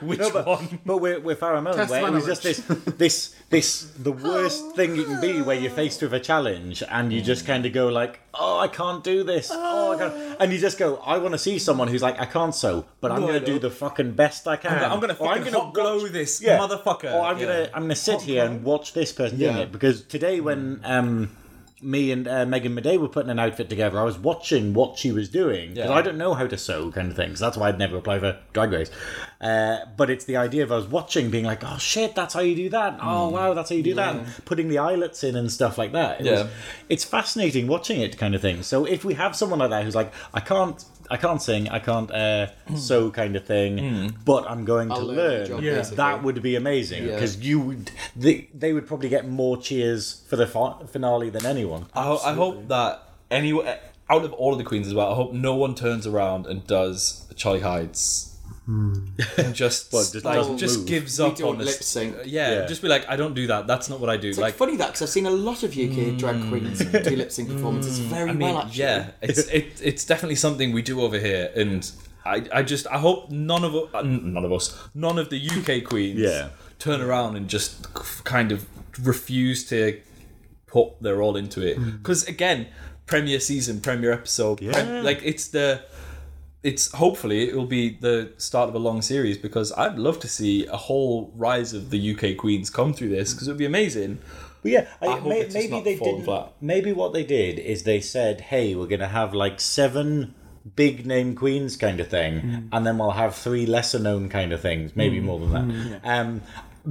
S1: Which one? But we're we're Farah Moan, where it was just this this this the worst thing you can be where you're faced with a challenge and you just kind of go like, oh, I can't do this. Oh, I can't. and you just go, I want to see someone who's like, I can't sew, but I'm gonna do the fucking best I can.
S3: I'm gonna
S1: Or
S3: fucking hot glow this motherfucker.
S1: or I'm gonna
S3: Yeah.
S1: I'm gonna sit here and watch this person doing it because today when
S3: Mm.
S1: um me and uh, Megan Madey were putting an outfit together, I was watching what she was doing because
S3: Yeah.
S1: I don't know how to sew kind of things. That's why I'd never apply for Drag Race. Uh, but it's the idea of I was watching, being like, "Oh shit, that's how you do that.
S3: Hmm.
S1: Oh wow, that's how you do that." And putting the eyelets in and stuff like that. It was-
S3: Yeah.
S1: it's fascinating watching it kind of thing. So if we have someone like that who's like, "I can't." I can't sing, I can't uh,
S3: Hmm.
S1: sew, kind of thing, but I'm going to
S8: I'll learn the
S1: learn.
S8: job,
S1: yeah.
S8: basically.
S1: That would be amazing because you would they, they would probably get more cheers for the fi- finale than anyone.
S3: I, ho- I hope that any out of all of the queens as well, I hope no one turns around and does Charlie Hyde's and just
S9: What, Hmm. just
S3: like,
S9: doesn't
S3: just
S9: move?
S3: gives
S4: We
S3: up
S4: don't
S3: on this.
S4: lip sync.
S3: Yeah,
S9: Yeah.
S3: just be like, I don't do that. That's not what I do.
S4: It's
S3: like,
S4: like, funny that because I've seen a lot of UK drag queens do lip sync performances very
S3: I mean,
S4: well. Actually,
S3: yeah, it's it, it's definitely something we do over here, and I, I just I hope none of u- uh, n- none of us, none of the UK queens,
S1: Yeah.
S3: turn around and just k- kind of refuse to put their all into it. Because again, premiere season, premiere episode, prem-
S1: Mm. Yeah.
S3: like it's the. It's hopefully it will be the start of a long series because I'd love to see a whole rise of the UK queens come through this because it would be amazing.
S1: But yeah, I,
S3: hope
S1: may,
S3: it's just
S1: maybe
S3: not
S1: they
S3: falling
S1: didn't.
S3: flat.
S1: Maybe what they did is they said, "Hey, we're going to have like seven big name queens kind of thing, and then we'll have three lesser known kind of things, maybe more than that." Um,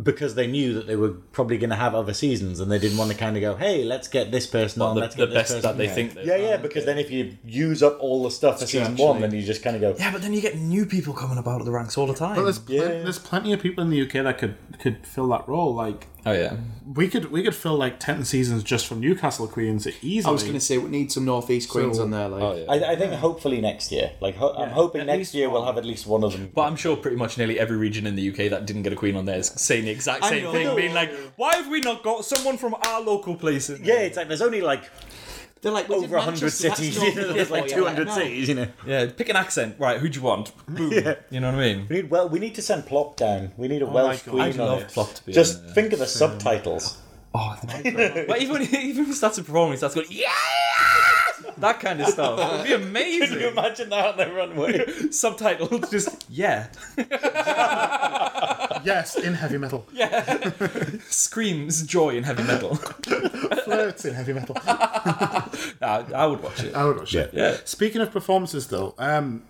S1: because they knew that they were probably going to have other seasons, and they didn't want to kind of go, "Hey, let's get this person on,
S3: The,
S1: let's
S3: the
S1: get this
S3: best
S1: person."
S3: that they
S1: on."
S3: think. they-
S1: Yeah, yeah, because then if you use up all the stuff for season one, then you just kind of go,
S9: Yeah, but then you get new people coming about the ranks all the time.
S2: But there's, plen-
S1: Yeah.
S2: there's plenty of people in the UK that could could fill that role. Like
S3: Oh yeah.
S2: we could we could fill like ten seasons just from Newcastle Queens easily.
S4: I was going to say we need some northeast queens
S2: So-
S4: on there. Like,
S3: Oh,
S1: I, I think hopefully next year. Like ho- I'm hoping next year we'll have at least one of them.
S3: But I'm sure pretty much nearly every region in the UK that didn't get a queen on there is saying the exact same
S4: know.
S3: thing, being like, "Why have we not got someone from our local place?" in
S1: yeah,
S3: there?"
S1: it's like there's only like
S4: they're like we did
S1: over hundred
S4: Manchester, that's
S1: cities.
S4: not-
S1: You know, there's like
S4: Yeah,
S1: two hundred
S4: no.
S1: cities. You know.
S3: yeah. Pick an accent, right? Who do you want? Boom. You know what I mean?
S1: We need well. We need to send Plop down. We need a Welsh
S2: God.
S1: queen
S2: I'd
S1: on
S3: love
S1: it.
S3: Plop to be
S1: Just
S3: on there.
S1: think of the subtitles.
S9: Oh,
S3: but even even if he starts performing, he starts going, "Yeah." That kind of stuff. It'd be amazing.
S1: Imagine that on the runway.
S3: Subtitles just yeah.
S2: yes, in heavy metal,
S3: Screams joy in heavy metal.
S2: flirts in heavy metal. Oh,
S3: I, I would watch it.
S2: I would watch it.
S3: Yeah.
S2: Speaking of performances, though, um,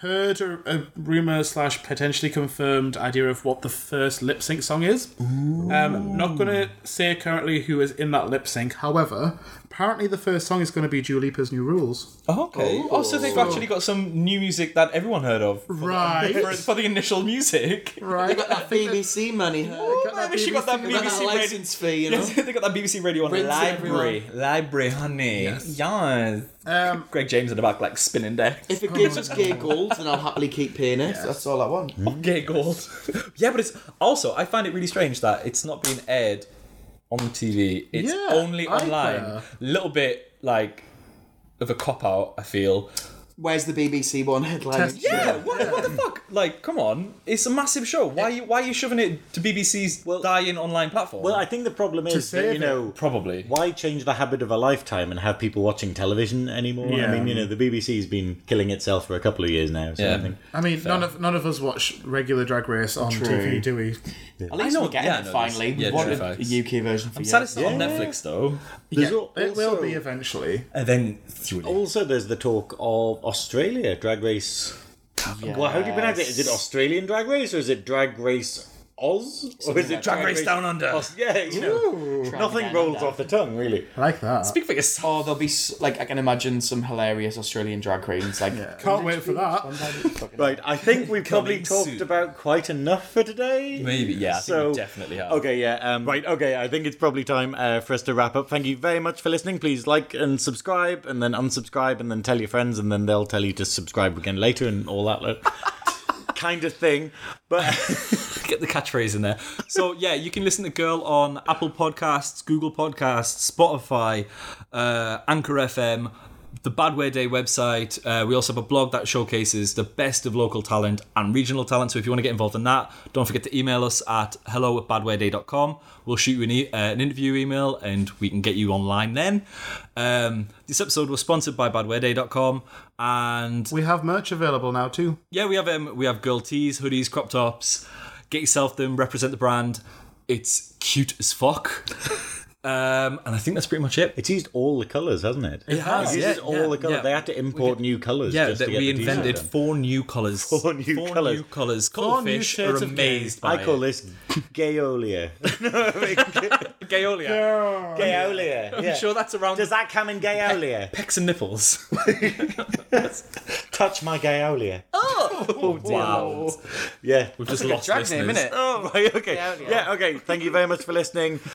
S2: heard a, a rumor slash potentially confirmed idea of what the first lip sync song is. Um, not gonna say currently who is in that lip sync. However, apparently the first song is gonna be Dua Lipa's New Rules.
S3: Oh, okay. Oh, so they've actually got some new music that everyone heard of for,
S2: Right,
S3: for, for the initial music.
S4: They
S2: right.
S4: got that BBC money. huh?
S2: Got
S3: I
S2: that
S3: wish you got that
S2: BBC
S4: Got that
S3: BBC radio.
S4: license fee, you know.
S3: Yes, they got that BBC Radio One
S4: Rinse it,
S3: library, library, honey. Yes.
S2: Um,
S3: Greg James in the back, like spinning deck.
S4: If it gives us gay gold, then I'll happily keep paying it. That's all I want.
S3: Gay gold. yeah, but it's also I find it really strange that it's not being aired on TV. It's
S2: Yeah,
S3: only
S2: I-
S3: online.
S2: yeah.
S3: A little bit like of a cop out. I feel.
S4: Where's the BBC One headline?
S3: Yeah. What, what the fuck? Like, come on! It's a massive show. Why are you Why are you shoving it to BBC's dying online platform?
S1: well, I think the problem is that,
S2: save
S1: you
S2: it.
S1: know
S3: probably.
S1: why change the habit of a lifetime and have people watching television anymore? I
S2: Yeah.
S1: mean, you know, the BBC's been killing itself for a couple of years now. So I
S3: Yeah.
S1: think
S2: I mean, none of none of us watch regular Drag Race on TV, do we?
S4: At least
S3: I know-
S4: we're getting
S3: yeah, I
S4: it
S3: know
S4: finally.
S3: this.
S4: We
S3: Yeah, true
S4: wanted
S3: facts.
S4: a UK version for
S3: I'm
S4: you.
S3: sad it's not on Netflix though.
S1: there's al-
S2: It will
S1: also-
S2: be eventually.
S3: And then through
S1: Also, there's the talk of Australia drag race. Well, how do you pronounce it? Is it Australian drag race or is it drag race Oz or is it
S3: Drag Race Down Under.
S1: Aus- yeah, you know, nothing
S4: Down
S1: rolls
S4: Under.
S1: off the tongue really.
S2: I like that.
S3: Speak for yourself.
S4: Oh, there'll be s- like I can imagine some hilarious Australian drag queens. Like
S2: Can't wait for that.
S1: Right, I think we've probably
S3: Coming
S1: talked
S3: soon.
S1: about quite enough for today.
S3: Maybe, yeah. I
S1: So-
S3: think we definitely have.
S1: Okay, yeah. Um, right, okay. I think it's probably time uh, for us to wrap up. Thank you very much for listening. Please like and subscribe, and then unsubscribe, and then tell your friends, and then they'll tell you to subscribe again later, and all that lo- kind of thing. But
S3: Get the catchphrase in there. So yeah, you can listen to Girl on Apple Podcasts, Google Podcasts, Spotify, uh, Anchor FM, the Bad Wear Day website. Uh, we also have a blog that showcases the best of local talent and regional talent. So if you want to get involved in that, don't forget to email us at hello at badwearday.com. We'll shoot you an, e- uh, an interview email and we can get you online then. Um, this episode was sponsored by badwearday.com and
S2: We have merch available now too.
S3: yeah, we have um, we have girl tees, hoodies, crop tops. Get yourself them. Represent the brand. It's cute as fuck. um, and I think that's pretty much it.
S1: it's used all the colours, hasn't it? It
S3: has,
S1: It's
S3: yeah,
S1: used all
S3: yeah,
S1: the colours.
S3: yeah.
S1: They had to import new colours.
S3: Yeah,
S1: just
S3: that
S1: to get
S3: we
S1: the t-shirt
S3: invented
S1: done.
S3: four new colours.
S1: Four new
S3: four
S1: colours.
S3: New colours.
S2: Four new
S3: Colourfish
S2: shades
S3: are
S2: of gay.
S3: amazed by
S1: I call this gayolia.
S3: Oh, it. Gayolia.
S1: Gayolia. Yeah.
S3: I'm sure that's around
S1: Does that come in gayolia?
S3: pecs and nipples.
S1: Touch my gayolia. Oh!
S3: Oh, wow.
S1: Yeah.
S3: We've just
S4: like a
S3: lost
S4: drag name,
S3: listeners.
S4: innit?
S1: Oh, right, okay.
S4: Gayolia.
S1: Yeah, okay. Thank you very much for listening.